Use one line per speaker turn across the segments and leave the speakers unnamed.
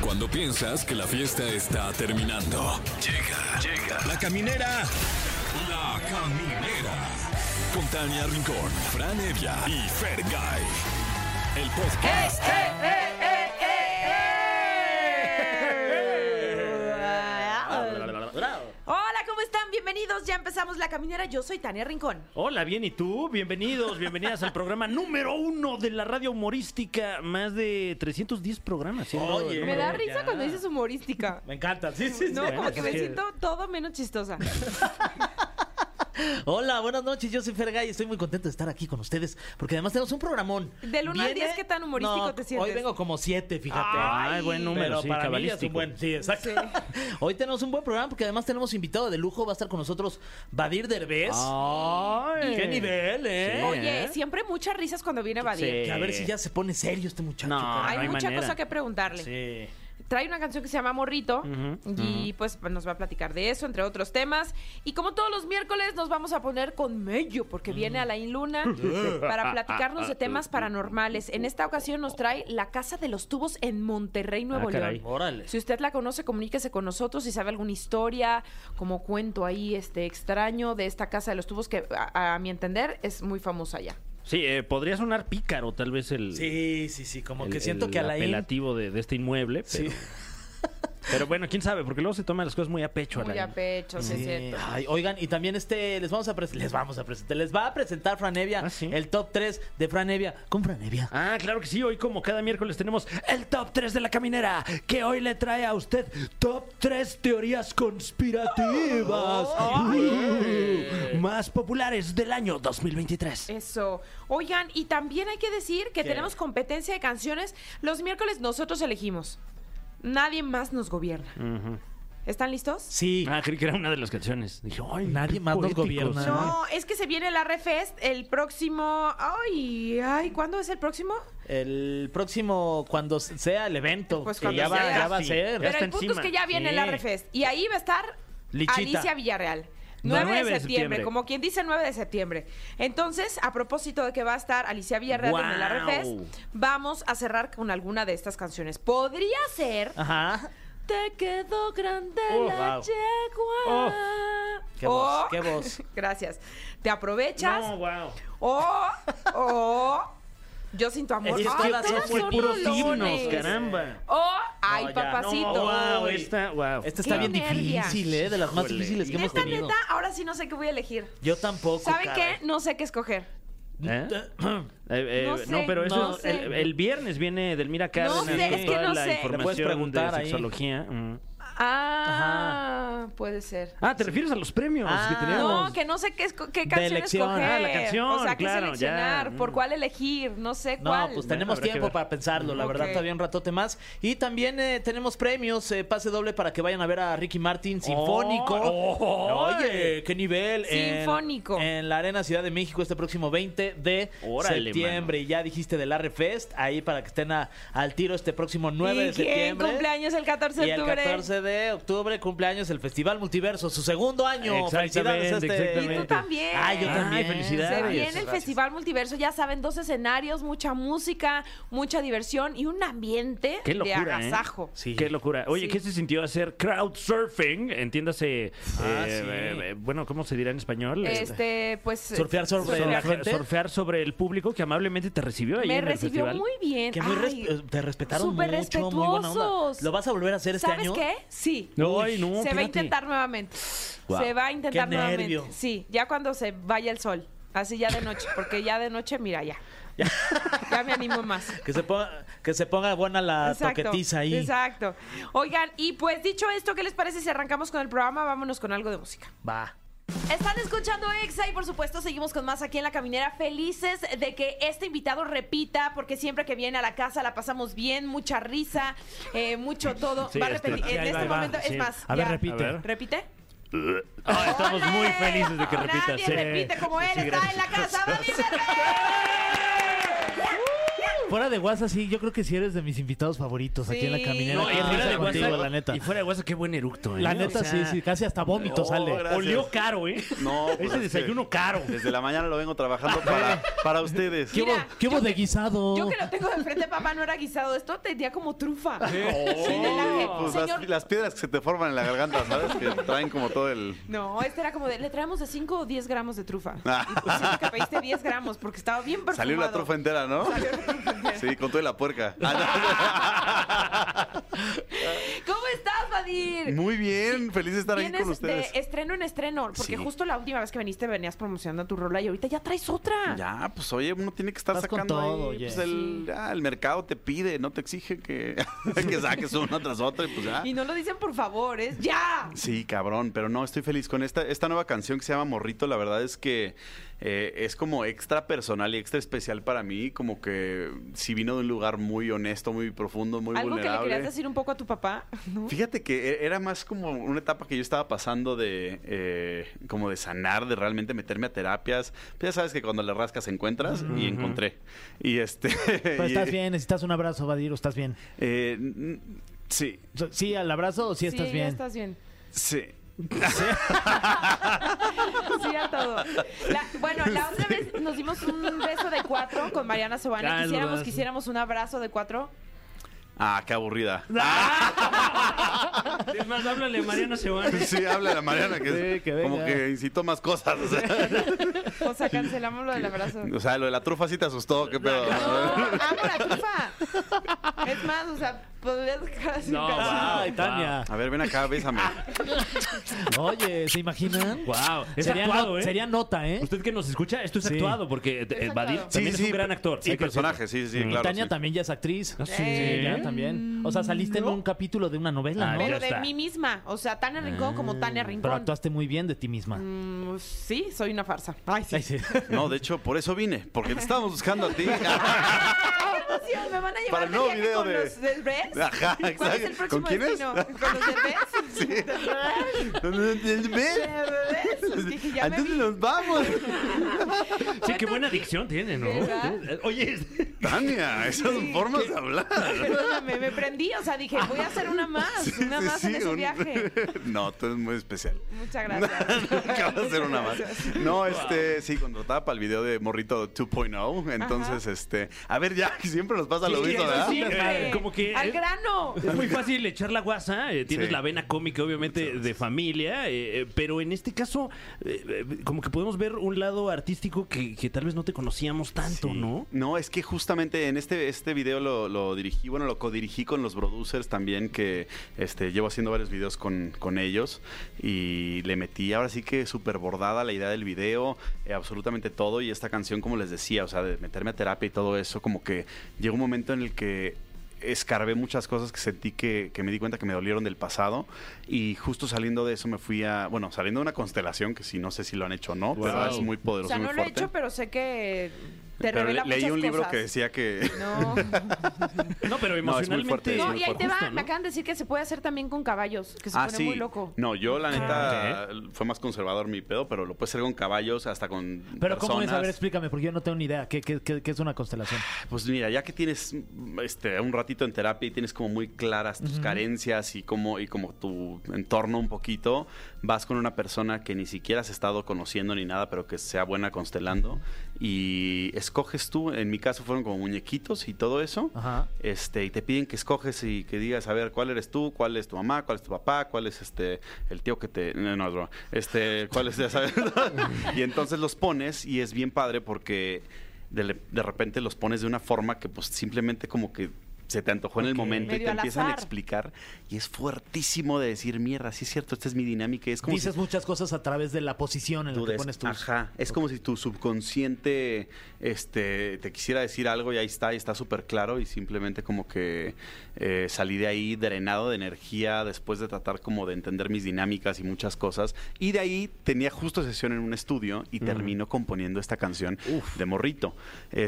Cuando piensas que la fiesta está terminando. Llega, llega. La caminera. La caminera. Con Tania Rincón, Fran Evia y Fer El podcast.
Hola, ¿cómo están? Bienvenidos, ya empezamos La Caminera. Yo soy Tania Rincón.
Hola, bien, ¿y tú? Bienvenidos, bienvenidas al programa número uno de la radio humorística. Más de 310 programas. siendo
Oye.
el
Me
número
da
uno.
risa cuando dices humorística.
Me encanta, sí, sí, sí.
No, como
bueno,
que
es
me
que-
siento todo menos chistosa.
Hola, buenas noches, yo soy Fergay y estoy muy contento de estar aquí con ustedes porque además tenemos un programón.
Del uno al diez, ¿qué tan humorístico
No,
te sientes?
Hoy vengo como siete, fíjate.
Ay, buen número,
Pero
sí,
para mí ya es un
cabalístico.
buen, sí, exacto. Hoy tenemos un buen programa porque además tenemos invitado de lujo, va a estar con nosotros Badir Derbez.
Ay.
¡Qué nivel, eh!
Ah, Sí.
Oye,
¿Eh?
siempre muchas risas cuando viene Badir.
Sí.
Que a ver si ya se pone serio este muchacho.
No,
caray.
Hay
no hay
mucha
manera.
cosa que preguntarle.
Sí.
Trae una canción que se llama Morrito
Ujú,
y pues nos va a platicar de eso, entre otros temas. Y como todos los miércoles nos vamos a poner con Mello
Mm.
porque viene Alain Luna para platicarnos de temas paranormales. En esta ocasión nos trae la Casa de los Tubos en Monterrey, Nuevo
Ah,
León.
caray.
Órale.
Si usted la conoce, comuníquese con nosotros. Si sabe alguna historia, como cuento ahí este extraño de esta casa de los tubos que, a, a mi entender, es muy famosa ya.
Sí, eh, podría sonar pícaro tal vez el...
Sí, sí, sí, como
el-
que siento
el
que Alain...
apelativo de, de este inmueble, pero...
Sí.
pero bueno, quién sabe, porque luego se toman las cosas muy a pecho,
Muy
Alain.
a pecho, sí, es
Sí.
cierto.
Eh, Ay, oigan, y también este les vamos a pres- les vamos a presentar, les va a presentar Franevia
Ah, sí.
el top 3 de Franevia con Franevia.
Ah, claro que sí. Hoy, como cada miércoles, tenemos el top 3 de la caminera, que hoy le trae a usted top 3 teorías conspirativas
Oh.
uh, más populares del año
Eh.
2023.
Eso. Oigan, y también hay que decir que tenemos competencia de canciones. Los miércoles nosotros elegimos. Nadie más nos gobierna. ¿Están listos?
Sí.
Ah, creí que era una de las canciones. Dije, ay,
Nadie
qué
más nos
poéticos.
gobierna. ¿eh?
No, es que se viene la Refest el próximo. Ay, ay, ¿cuándo es el próximo?
El próximo cuando sea el evento,
Pues
que
cuando
ya va,
sea.
ya va a
Sí.
ser.
Ya
Pero
está
el punto
encima.
es que ya viene
Sí.
la Refest y ahí va a estar
Lichita.
Alicia Villarreal. 9, de septiembre,
septiembre.
como quien dice 9 de septiembre. Entonces, a propósito de que va a estar Alicia Villarreal en la
Guau.
Refest, E vamos a cerrar con alguna de estas canciones. Podría ser
Ajá.
Te quedó grande
Oh,
la
wow. Oh.
yegua.
Qué
O-
voz, qué voz.
Gracias. Te aprovechas.
No, wow.
O, o yo sin tu amor.
Es que
Ay,
todas
todas
son muy
son
puros
olones.
himnos, caramba.
O, ay,
No, ya.
papacito.
No,
Wow,
Uy.
esta, wow.
Esta está
Qué
bien
nervias.
difícil, eh, de las más
Híjole.
difíciles que hemos
Esta
tenido.
neta, ahora sí no sé qué voy a elegir.
Yo tampoco.
¿Saben
caray.
qué? No sé qué escoger.
¿Eh? Eh, eh,
No sé,
no, pero eso
no
es-
sé.
el, el viernes viene Delmira Cárdenas
sé, es
con
que
toda
no
la
sé. Le puedes
información
preguntar
de
ahí.
sexología. Mm.
Ah, puede ser.
Ah, ¿te refieres a los premios
Ah.
que teníamos?
No, que no sé qué, esco- qué canción
elección.
escoger.
Ah, la canción,
o sea, qué
claro, ya.
seleccionar, por
Mm.
cuál elegir, no sé
No,
cuál.
pues tenemos
Habrá que
tiempo
ver.
para pensarlo, la verdad,
Ok.
todavía un ratote más. Y también eh, tenemos premios, eh, pase doble para que vayan a ver a Ricky Martin Sinfónico.
Oh,
Oye, qué nivel. en-
Sinfónico.
En, la Arena Ciudad de México este próximo 20 de
Órale,
septiembre. Y ya dijiste del Arre Fest, ahí para que estén a- al tiro este próximo 9
¿Y
de
quién
septiembre.
cumpleaños el 14
Y
de
el
octubre?
14 de octubre cumpleaños el Festival Multiverso, su segundo año.
Exactamente,
Felicidades a este.
exactamente.
Y tú también.
Ah, yo
Ay,
también.
felicidades.
Se viene el
Gracias,
Festival Multiverso, ya saben, dos escenarios, mucha música, mucha diversión y un ambiente
Qué locura,
de
¿eh?
agasajo.
Sí.
Qué locura. Oye,
Sí.
¿qué se sintió hacer crowd surfing? Entiéndase.
Ah,
eh,
sí.
eh, eh, bueno, ¿cómo se dirá en español?
Este, pues
Surfear sobre
Surfear-
la gente.
surfear sobre el público que amablemente te recibió ahí
me
en el
recibió
festival.
muy bien.
Que muy res-
Ay,
eh, te respetaron
súper
mucho, muy buena onda.
respetuosos.
¿Lo vas a volver a hacer este
¿Sabes
año?
qué? Sí.
No, ay, no,
se va a
espérate.
intentar nuevamente.
Guau.
Se va a intentar
Qué
nuevamente.
nervio.
Sí, ya cuando se vaya el sol. Así ya de noche, porque ya de noche, mira, ya. ya me animo más.
Que se ponga, que se ponga buena la toquetiza ahí.
Exacto. Oigan, y pues dicho esto, ¿qué les parece si arrancamos con el programa? Vámonos con algo de música.
Va.
Están escuchando Exa y por supuesto seguimos con más aquí en La Caminera. Felices de que este invitado repita, porque siempre que viene a la casa la pasamos bien, mucha risa, eh, mucho todo.
Sí,
va a
este-
repetir.
sí,
en
ahí va,
este
ahí va,
momento,
sí.
es más.
A ver,
ya.
repite.
A ver.
¿Repite?
Ah, estamos
¡Ole!
muy felices de que repitas. eh.
Nadie
sí.
repite como él
Sí,
está en la
gracias.
casa. ¡Vale, Ferrer!
Fuera de WhatsApp, sí, yo creo que sí eres de mis invitados favoritos aquí en la
Sí.
caminera.
No, y
Qué
fuera
risa
de
contigo,
WhatsApp,
la neta.
Y fuera de WhatsApp, qué buen eructo, ¿eh?
La
O
neta,
sea,
sí, sí, casi hasta vómito
no,
sale.
gracias.
Olió caro, ¿eh?
No, pues,
Ese
es que
desayuno caro.
Desde la mañana lo vengo trabajando para, para ustedes.
¿Qué hubo,
Mira,
qué hubo
yo
de
que-
guisado?
Yo que lo tengo de frente, papá, no era guisado. Esto tenía como trufa.
Sí,
Sí, la que-
pues,
señor-
las, las piedras que se te forman en la garganta, ¿sabes? Que traen como todo el...
No, este era como de, le traemos de 5 o 10 gramos de trufa. Y pues siento que pediste 10 gramos porque estaba bien perfumado.
Ah. Salió la trufa entera, ¿no? Sí, con toda la puerca.
¿Cómo estás, Vadir?
Muy bien, feliz de estar aquí
Vienes
con ustedes.
de estreno en estreno, porque
Sí.
justo la última vez que viniste venías promocionando tu rola y ahorita ya traes otra.
Ya, pues oye, uno tiene que estar
Vas con
sacando
todo,
ahí,
oye.
pues, el, ya, el mercado te pide, no te exige que, que saques una tras otra y pues ya.
Y no lo dicen por favor, es ya.
Sí, cabrón, pero no, estoy feliz con esta, esta nueva canción que se llama Morrito. La verdad es que eh, es como extra personal y extra especial para mí. Como que si vino de un lugar muy honesto, muy profundo, muy
Algo que le
vulnerable.
querías decir un poco a tu papá. ¿no?
Fíjate que e- era más como una etapa que yo estaba pasando de eh, como de sanar, de realmente meterme a terapias. Pues ya sabes que cuando le rascas encuentras y encontré. Y este.
Pero
y,
estás bien, necesitas un abrazo, Vadir, o estás bien.
eh, n- sí,
O sea, Sí, al abrazo o sí estás
sí,
bien.
ya estás bien.
sí.
Sí, a todo. La- bueno, la otra vez nos dimos un beso de cuatro con Mariana Sobana.
Calma.
Quisiéramos que hiciéramos un abrazo de cuatro.
Ah, qué aburrida.
Ah.
Es más, háblale a Mariana Sebane.
Sí, habla la Mariana, que, es-
Sí, que venga.
como que incitó más cosas. O sea,
O sea, cancelamos lo del abrazo.
o sea, lo de la trufa sí te asustó, qué pedo.
No, amo la trufa. Es más, o sea, podrías dejar así.
No,
pero-
va.
Ay, Tania.
A ver, ven acá, bésame.
Ah,
Oye, ¿se imaginan?
Wow, es
sería,
actuado,
no-
¿eh?
sería nota, ¿eh?
Usted que nos escucha, esto es
Sí.
actuado porque eh,
actuado.
Badir
Sí,
también es un gran
pe-
actor.
Sí,
hay que
personaje, sí, sí,
Y
claro.
Tania
sí.
también ya es actriz.
decirlo. Ah, Sí,
Eh,
Ya también. O sea, saliste en un capítulo de una novela,
Ah,
¿no?
ya
Pero de
está. Mm,
mí misma. O sea, Tania Rincón como Tania Rincón.
Pero actuaste muy bien de ti misma.
Mm, sí, soy una farsa. Ay, sí.
Ay, sí.
No, de hecho, por eso vine, porque te estábamos buscando a ti.
¡Ah, qué emoción! Me van a llevar
Para el
de
nuevo
viaje
video
con
de-
los Derbez.
Ajá,
¿Cuál es el
exacto.
próximo
¿Con quién es?
destino? ¿Con los Derbez? Sí. Dije, ya me
Antes
vi.
Pues, nos vamos.
Sí, qué buena adicción tiene, ¿no? Eh,
¿Verdad?
Oye,
Tania, esas formas de hablar.
Perdóname, me prendí, o sea, dije, voy a hacer una más, una
Sí,
más en
sí,
ese
un-
viaje.
No, tú eres muy especial.
Muchas gracias.
Nunca vas a hacer una más.
Gracias.
No, este, sí, contratada para el video de Morrito 2.0. Entonces, este, a ver, ya, siempre nos pasa lo
Sí,
mismo,
eso
¿verdad?
sí.
Siempre.
Eh, como que-
Al grano.
es muy fácil echar la guasa. eh, tienes
Sí.
la vena cómica, obviamente, de familia. eh, eh, pero en este caso, eh, eh, como que podemos ver un lado artístico que, que tal vez no te conocíamos tanto, ¿no?
No, es que justamente en este, este video lo, lo dirigí, bueno, lo codirigí con los producers también, que este, llevo haciendo varios videos con, con ellos y le metí ahora sí que súper bordada la idea del video, eh, absolutamente todo y esta canción, como les decía, o sea, de meterme a terapia y todo eso, como que llegó un momento en el que escarbé muchas cosas que sentí que, que me di cuenta que me dolieron del pasado y justo saliendo de eso me fui a, bueno, saliendo de una constelación que sí, no sé si lo han hecho o no, pero
Wow.
es muy
O
poderoso.
sea,
muy
no lo he
fuerte.
hecho, pero sé que te
Pero
revela
le- leí
muchas
un libro
cosas.
que decía que...
No.
No, pero
No, es muy
emocionalmente.
fuerte, es
No,
muy
y ahí te va,
Justo, ¿no?
me acaban de decir que se puede hacer también con caballos, que se pone muy loco.
Ah, No, yo la neta
Ah,
fue más conservador mi pedo, pero lo puedes hacer con caballos, hasta con
Pero
personas.
¿cómo es? A ver, explícame, porque yo no tengo ni idea. ¿Qué, qué- qué- qué es una constelación?
Pues mira, ya que tienes mm, este un ratito en terapia y tienes como muy claras tus carencias y como y como tu entorno un poquito, vas con una persona que ni siquiera has estado conociendo ni nada, pero que sea buena constelando y escoges tú, en mi caso fueron como muñequitos y todo eso.
Ajá.
este, y te piden que escoges y que digas, a ver, ¿cuál eres tú? ¿Cuál es tu mamá? ¿Cuál es tu papá? ¿Cuál es este el tío que te... No, no, es broma. Este, ¿cuál es? Ya sabes. y entonces los pones y es bien padre porque de, le- de repente los pones de una forma que pues simplemente como que se te antojó en el momento y
Medio
te
al
empiezan a
azar.
explicar y es fuertísimo de decir, mierda, sí es cierto, esta es mi dinámica. y Es como si
Dices muchas cosas a través de la posición en
tú
la que
des-
pones tus...
Ajá, es como si tu subconsciente este, te quisiera decir algo y ahí está, y está súper claro y simplemente como que eh, salí de ahí drenado de energía después de tratar como de entender mis dinámicas y muchas cosas. Y de ahí tenía justo sesión en un estudio y termino componiendo esta canción de Morrito.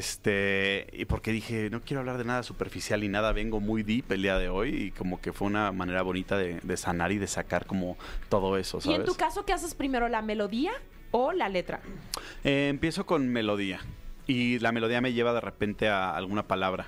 Este, y porque dije, no quiero hablar de nada superficial y nada, vengo muy deep el día de hoy y como que fue una manera bonita de, de sanar y de sacar como todo eso,
Y
¿sabes?
en tu caso, ¿qué haces primero, la melodía o la letra?
Eh, empiezo con melodía. y la melodía me lleva de repente a alguna palabra.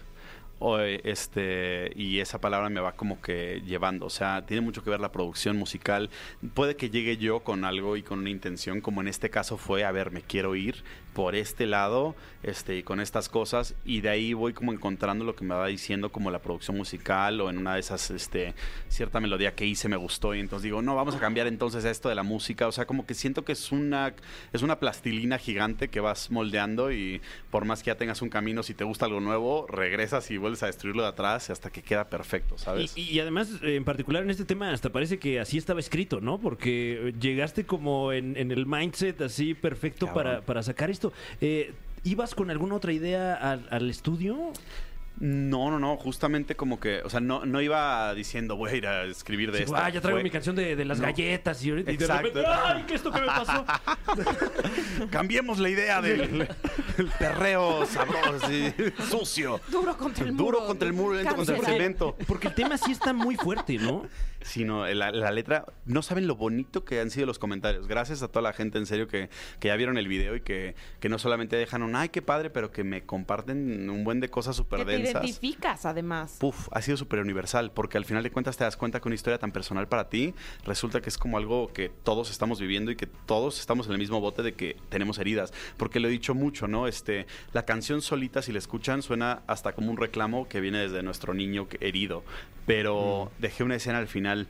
O, eh, este, y esa palabra me va como que llevando. O sea, tiene mucho que ver la producción musical. Puede que llegue yo con algo y con una intención, como en este caso fue, a ver, me quiero ir por este lado, este, y con estas cosas. Y de ahí voy como encontrando lo que me va diciendo como la producción musical o en una de esas, este, cierta melodía que hice me gustó. Y entonces digo, no, vamos a cambiar entonces esto de la música. O sea, como que siento que es una, es una plastilina gigante que vas moldeando y por más que ya tengas un camino, si te gusta algo nuevo, regresas y vuelves a destruirlo de atrás hasta que queda perfecto,
Y,
¿sabes?
y además, eh, en particular en este tema, hasta parece que así estaba escrito, ¿no? Porque eh, llegaste como en, en el mindset así perfecto
Cabrón.
para, para sacar esto. Eh, ¿Ibas con alguna otra idea al, al estudio?
No, no, no, justamente como que, o sea, no, no iba diciendo, voy a ir a escribir de
Digo,
esto.
ah, ya traigo
Fue,
mi canción de, de las
No.
galletas y ahorita y de
Exacto.
repente, ¡ay, qué es esto que me pasó!
Cambiemos la idea del, del perreo sabroso, así, sucio.
Duro contra el muro.
Duro contra el muro, lento contra el
Carceral.
cemento.
Porque el tema sí está muy fuerte, ¿no?
sino eh, la, la letra. No saben lo bonito que han sido los comentarios. Gracias a toda la gente en serio que, que ya vieron el video y que, que no solamente dejan un ay, qué padre, pero que me comparten un buen de cosas
Que
súper
te
densas.
identificas, además.
Puf, ha sido súper universal, porque al final de cuentas te das cuenta que una historia tan personal para ti resulta que es como algo que todos estamos viviendo y que todos estamos en el mismo bote de que tenemos heridas. Porque lo he dicho mucho, ¿no? Este, la canción solita, si la escuchan, suena hasta como un reclamo que viene desde nuestro niño que- herido. Pero dejé una escena al final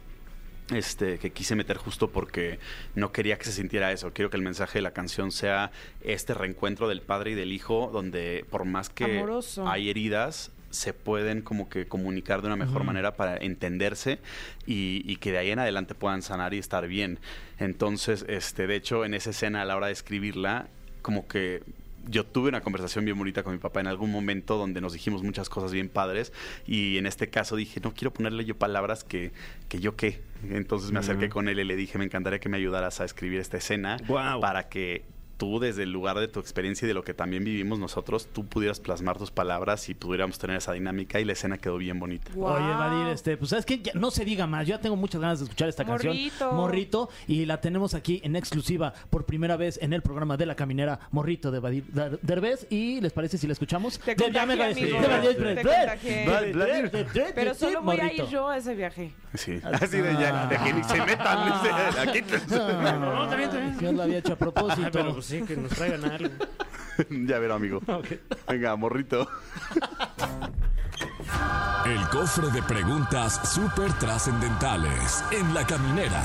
este, que quise meter justo porque no quería que se sintiera eso. Quiero que el mensaje de la canción sea este reencuentro del padre y del hijo, donde por más que
Amoroso.
hay heridas, se pueden como que comunicar de una mejor manera para entenderse y, y que de ahí en adelante puedan sanar y estar bien. Entonces, este, de hecho, en esa escena a la hora de escribirla, como que yo tuve una conversación bien bonita con mi papá en algún momento donde nos dijimos muchas cosas bien padres y en este caso dije, no quiero ponerle yo palabras que, que yo qué. Entonces me acerqué con él y le dije, me encantaría que me ayudaras a escribir esta escena
Guau.
para que tú desde el lugar de tu experiencia y de lo que también vivimos nosotros, tú pudieras plasmar tus palabras y pudiéramos tener esa dinámica y la escena quedó bien bonita.
Guau.
Oye, Vadir, este, pues sabes que no se diga más. Yo ya tengo muchas ganas de escuchar esta
Morrito.
canción. Morrito. Y la tenemos aquí en exclusiva por primera vez en el programa de la caminera Morrito de Vadir Der- Derbez. ¿Y les parece si la escuchamos?
Te
De- ya me
contagié,
parece.
amigo.
De Vadir
Te
Derbez.
contagié.
Vadir Derbez.
Pero solo voy a ir
Morrito.
yo a ese viaje.
Sí. Así de ya, de que ni se metan. dice, aquí te-
Ah, Yo lo había hecho a propósito.
Pero pues sí, que nos traigan algo.
ya verá, amigo. Venga, morrito.
El cofre de preguntas súper trascendentales en la caminera.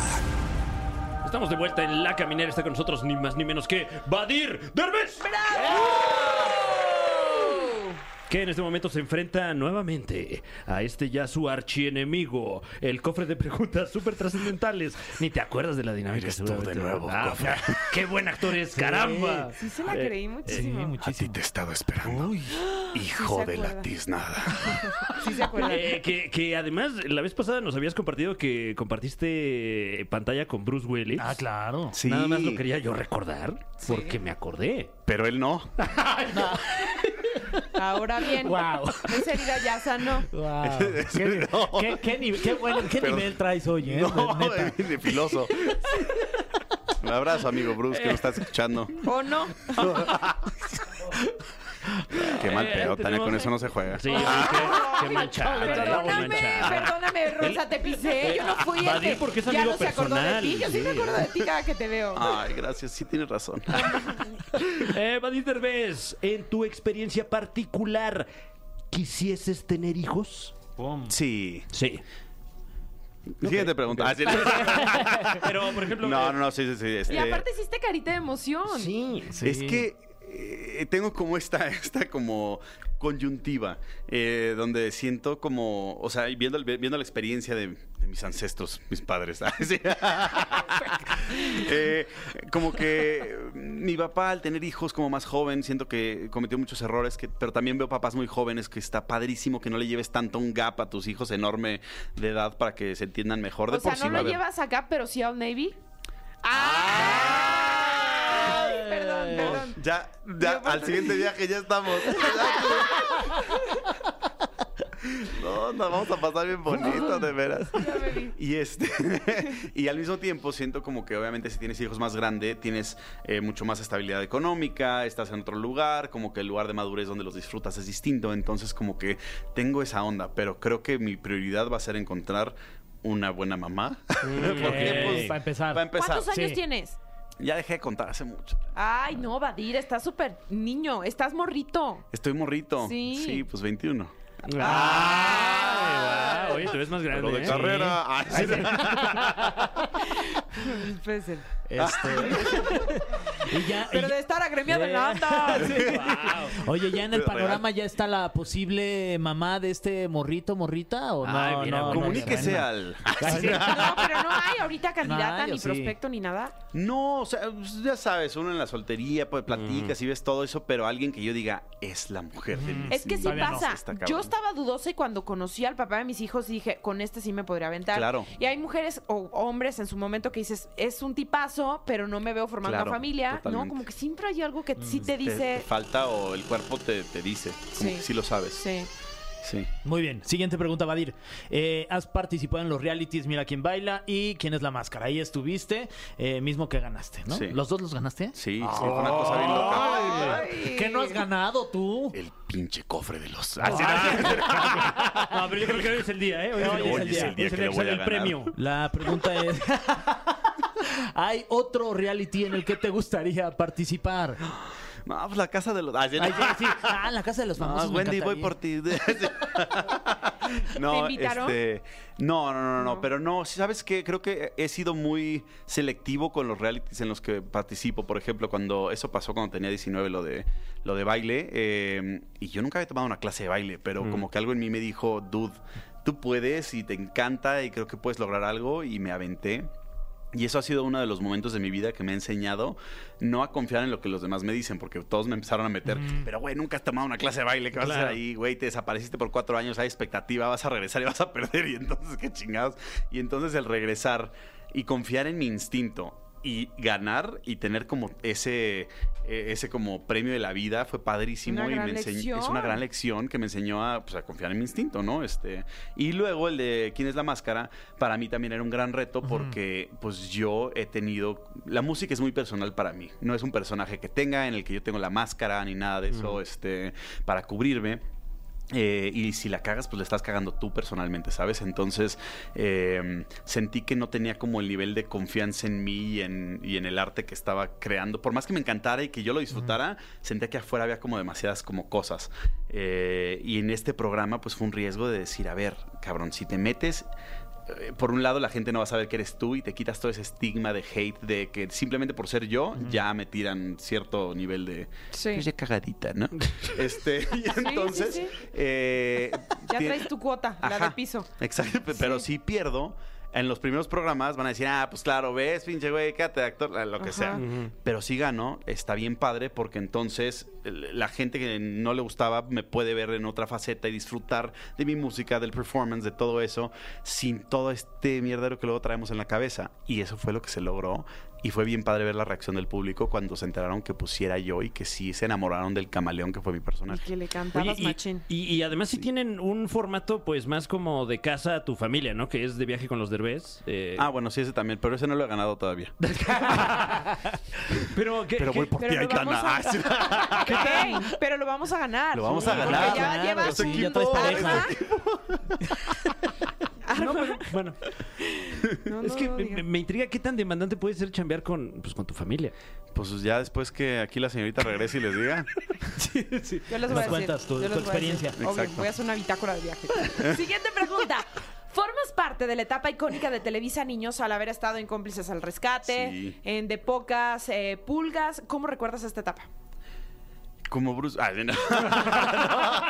Estamos de vuelta en La Caminera. Está con nosotros ni más ni menos que Badir Derbez. Que en este momento se enfrenta nuevamente a este ya su archienemigo, el cofre de preguntas súper trascendentales. Ni te acuerdas de la dinámica.
Eres tú de
seguramente,
nuevo,
¿verdad? ¡Qué buen actor es, caramba!
Sí, se la creí muchísimo.
A ti te he estado esperando.
Sí
Hijo
se
de
acuerda.
la tiznada.
Sí, se acuerda.
Eh, que, que además, la vez pasada nos habías compartido que compartiste pantalla con Bruce Willis.
Ah, claro.
Sí.
Nada más lo quería yo recordar
Sí.
porque me acordé.
Pero él no.
Ahora bien,
Wow.
esa herida ya sanó.
Wow.
Ese
¿Qué,
no.
qué- qué nivel- qué bueno- qué
Perdón.
nivel traes hoy, eh?
No,
Neta.
de filoso. Un abrazo, amigo Bruce, que nos estás escuchando.
¿O no?
Qué mal
Eh,
pelota, Tania,
tenemos-
con eso no se juega.
Sí, qué, qué mancha.
Ah. Perdóname, perdóname, Rosa, te pisé. Yo no fui el
Vadir,
que
porque es
ya
amigo
no se acordó de
personal,
ti. Yo sí,
sí. Ah,
me acuerdo de ti cada que te veo.
Ay, gracias, sí tienes razón.
Eh, Vadir Derbez, en tu experiencia particular, ¿quisieses tener hijos?
Sí.
Sí.
Siguiente pregunta. Ah, sí.
Pero, por ejemplo...
No,
eh,
no, no, sí, sí, sí.
y
este,
aparte hiciste carita de emoción.
Sí.
Es que eh, tengo como esta, esta como coyuntiva, eh, donde siento como, o sea, y viendo, el- viendo la experiencia de, de mis ancestros, mis padres, ah, sí. Eh, como que mi papá al tener hijos como más joven, siento que cometió muchos errores, que, pero también veo papás muy jóvenes que está padrísimo que no le lleves tanto un gap a tus hijos enorme de edad para que se entiendan mejor de
O sea,
por sí
no
va a
lo
haber-
llevas acá, pero sí a un Navy. ¡Ay! Perdón, perdón.
Ya, ya, al siguiente viaje ya estamos. No, nos vamos a pasar bien bonito, de veras.
Ya me vi.
Y este y al mismo tiempo siento como que obviamente si tienes hijos más grande, tienes eh, mucho más estabilidad económica, estás en otro lugar, como que el lugar de madurez donde los disfrutas es distinto, entonces como que tengo esa onda, pero creo que mi prioridad va a ser encontrar una buena mamá. Porque,
Ok,
pues,
para empezar.
Para empezar.
¿Cuántos años
Sí.
tienes?
Ya dejé de contar hace mucho.
Ay, no, Badir, estás súper niño, estás morrito.
Estoy morrito.
Sí.
pues 21.
Ah.
Ay, va. Oye, te ves más grande.
Pero de
¿eh?
carrera. Ah, sí.
Este. y ya. y
Pero
ya-
de estar agremiado en la
Eh.
onda.
Wow. Oye, ya en el
Pero real.
panorama ya está la posible mamá de este morrito, morrita o no.
Ay, mira,
no, no,
Comuníquese
bueno.
al.
No, pero no hay ahorita candidata,
Ay,
ni
sí.
prospecto, ni nada.
No, o sea, pues, ya sabes, uno en la soltería, pues
Mm.
platicas y ves todo eso, pero alguien que yo diga es la mujer de mis
Es que sí
sueños",
pasa.
está
Yo
cabrón.
estaba dudosa y cuando conocí al papá de mis hijos dije, con este sí me podría aventar.
Claro.
Y hay mujeres o hombres en su momento que dices, es un tipazo, pero no me veo formando
Claro,
una familia. No,
totalmente.
como que siempre hay algo que sí te
Te-
dice.
te falta o el cuerpo te, te dice. Como
Sí.
que sí lo sabes.
Sí.
Sí.
Muy bien, siguiente pregunta, Vadir. Eh, has participado en los realities Mira quién baila y quién es la máscara. Ahí estuviste, eh, mismo que ganaste, ¿no?
Sí.
¿Los dos los ganaste? Oh.
Sí, sí, fue
Ah.
una cosa bien loca.
¿Qué no has ganado tú?
El pinche cofre de los.
Ah,
Ah,
No, pero yo creo que hoy es el día, ¿eh? Hoy,
Hoy es el día.
Hoy es el día que
sale
voy a
el premio.
La pregunta es... ¿Hay otro reality en el que te gustaría participar?
No, pues la casa de los. Ah, sí, no.
Ay, sí, sí. Ah, en la casa de los
No,
famosos. me
Wendy, voy
encantaría.
por ti. no,
¿Te invitaron?
este, no, no, no, no,
No.
pero no, sí, sabes que creo que he sido muy selectivo con los realities en los que participo. Por ejemplo, cuando eso pasó cuando tenía 19, lo de, lo de baile, eh, y yo nunca había tomado una clase de baile, pero como que algo en mí me dijo, dude, tú puedes y te encanta y creo que puedes lograr algo y me aventé. Y eso ha sido uno de los momentos de mi vida que me ha enseñado no a confiar en lo que los demás me dicen, porque todos me empezaron a meter, pero güey, nunca has tomado una clase de baile, ¿qué vas a hacer ahí? Güey, te desapareciste por cuatro años, hay expectativa, vas a regresar y vas a perder, y entonces, qué chingados. Y entonces el regresar y confiar en mi instinto y ganar y tener como ese, eh, ese como premio de la vida fue padrísimo
Una
y
gran
me enseñó, es
lección.
una gran lección que me enseñó a, pues, a confiar en mi instinto, ¿no? Este, y luego el de quién es la máscara, para mí también era un gran reto porque pues yo he tenido, la música es muy personal para mí, no es un personaje que tenga en el que yo tengo la máscara ni nada de eso, este, para cubrirme. Eh, y si la cagas, pues le estás cagando tú personalmente, ¿sabes? Entonces eh, sentí que no tenía como el nivel de confianza en mí y en, y en el arte que estaba creando. Por más que me encantara y que yo lo disfrutara, sentía que afuera había como demasiadas como cosas. Eh, y en este programa, pues fue un riesgo de decir, a ver, cabrón, si te metes, eh, por un lado la gente no va a saber que eres tú y te quitas todo ese estigma de hate de que simplemente por ser yo ya me tiran cierto nivel de
Sí.
"Pues, de cagadita, ¿no? este y entonces
sí.
eh,
Ya
tien-
traes tu cuota, la
Ajá,
del piso.
Exacto, pe- pero si pierdo en los primeros programas van a decir, ah, pues claro, ves, pinche güey, quédate de actor, lo que
Ajá.
sea. Pero si gano, está bien padre porque entonces el- la gente que no le gustaba me puede ver en otra faceta y disfrutar de mi música, del performance, de todo eso, sin todo este mierdero que luego traemos en la cabeza. Y eso fue lo que se logró. Y fue bien padre ver la reacción del público cuando se enteraron que pusiera yo y que sí se enamoraron del camaleón que fue mi
Y
personaje.
que le
Oye,
cantabas
y,
machín.
y- y además si tienen un formato pues más como de casa a tu familia, ¿no? Que es de viaje con los derbés. eh,
Ah, bueno, sí, ese también, pero ese no lo he ganado todavía.
pero que,
Pero
que-
voy por
pero
ti,
lo
Aitana.
vamos a-
Ah, sí.
Ey, pero lo vamos a ganar.
Lo vamos a
Porque
ganar.
ya
Claro,
llevas
sí,
un
ya traes
arma.
pareja.
no, pero- bueno,
No,
es
no,
que
no digas.
me, me intriga qué tan demandante puede ser chambear con pues con tu familia.
Pues ya después que aquí la señorita regrese y les diga.
Yo les voy
Nos
a decir,
cuentas tu-
yo les
tu
voy a decir.
experiencia.
Obvio,
Exacto.
voy a hacer una bitácora de viaje. Siguiente pregunta. ¿Formas parte de la etapa icónica de Televisa Niños al haber estado en Cómplices al Rescate,
Sí.
en De Pocas eh, Pulgas? ¿Cómo recuerdas esta etapa?
Como Bruce. Ah,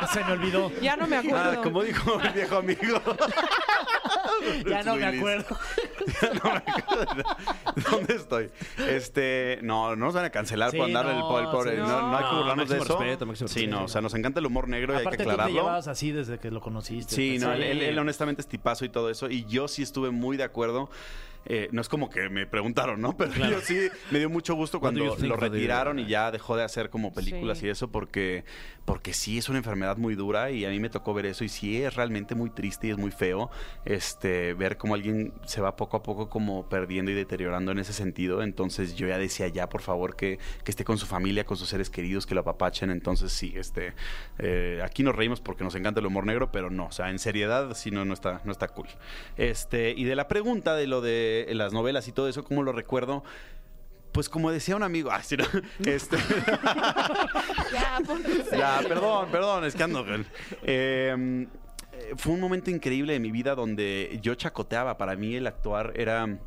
no.
Se me olvidó.
Ya no me
Ah,
acuerdo.
como dijo el viejo amigo.
Ya no me
Willis.
acuerdo.
Ya no me acuerdo. ¿Dónde estoy? Este, no, no nos van a cancelar
Sí,
por andar el, po- el
no,
pobre.
sí,
no, no hay que
no.
burlarnos de
Máximo
eso.
respeto, máximo
sí,
respeto.
no, o sea, nos encanta el humor negro y hay que
Aparte tú te
aclararlo.
llevabas así desde que lo conociste.
Sí,
pues,
no, él,
sí.
él- él honestamente es tipazo y todo eso. Y yo sí estuve muy de acuerdo eh, no es como que me preguntaron, ¿no? Pero yo sí me dio mucho gusto
What do
cuando
you think
lo
about it?
retiraron y ya dejó de hacer como películas
Sí.
y eso porque, porque sí es una enfermedad muy dura y a mí me tocó ver eso y sí es realmente muy triste y es muy feo este, ver cómo alguien se va poco a poco como perdiendo y deteriorando en ese sentido. Entonces yo ya decía ya, por favor, que, que esté con su familia, con sus seres queridos, que lo apapachen. Entonces sí, este, eh, aquí nos reímos porque nos encanta el humor negro, pero no, o sea, en seriedad sí no, no, está, no está cool. Este, y de la pregunta de lo de las novelas y todo eso, ¿cómo lo recuerdo? Pues como decía un amigo, ah, sí, no, este,
Ya, ponte
ya, perdón, perdón, es que ando. güey. Eh, eh, fue un momento increíble de mi vida donde yo chacoteaba. Para mí el actuar era.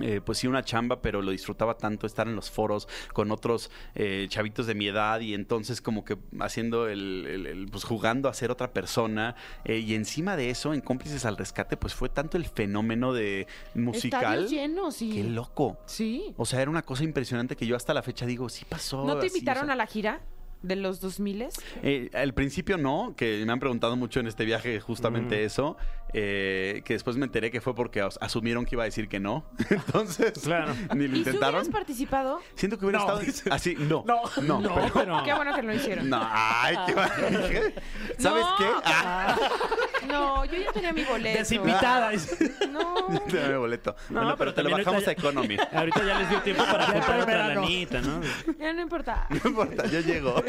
eh, pues sí, una chamba, pero lo disfrutaba tanto estar en los foros con otros eh, chavitos de mi edad y entonces como que haciendo el, el- el, pues jugando a ser otra persona eh, y encima de eso en Cómplices al Rescate pues fue tanto el fenómeno de musical.
Estadios llenos y...
Qué loco.
Sí.
O sea, era una cosa impresionante que yo hasta la fecha digo, sí pasó.
¿No te
así, o
invitaron
sea-
a la gira de los 2000?
eh, al principio no, que me han preguntado mucho en este viaje justamente
Mm.
eso, eh, que después me enteré que fue porque as- asumieron que iba a decir que no, entonces
Claro.
ni lo
¿Y si
intentaron.
hubieras participado?
Siento que hubiera
No.
estado así, no, no, no,
No,
pero-
pero.
Qué bueno que no lo hicieron.
no, ay, qué mal dije. ¿Sabes
No.
qué? Ah,
No, yo ya tenía mi boleto.
Desinvitada. dice.
No.
dame boleto. bueno, pero,
pero
te lo
también
bajamos
ahorita
a Economy.
Ahorita ya les dio tiempo para
Ya,
juntar
pero
otra
verano.
lanita, ¿no?
Ya no importa.
No importa, yo llego.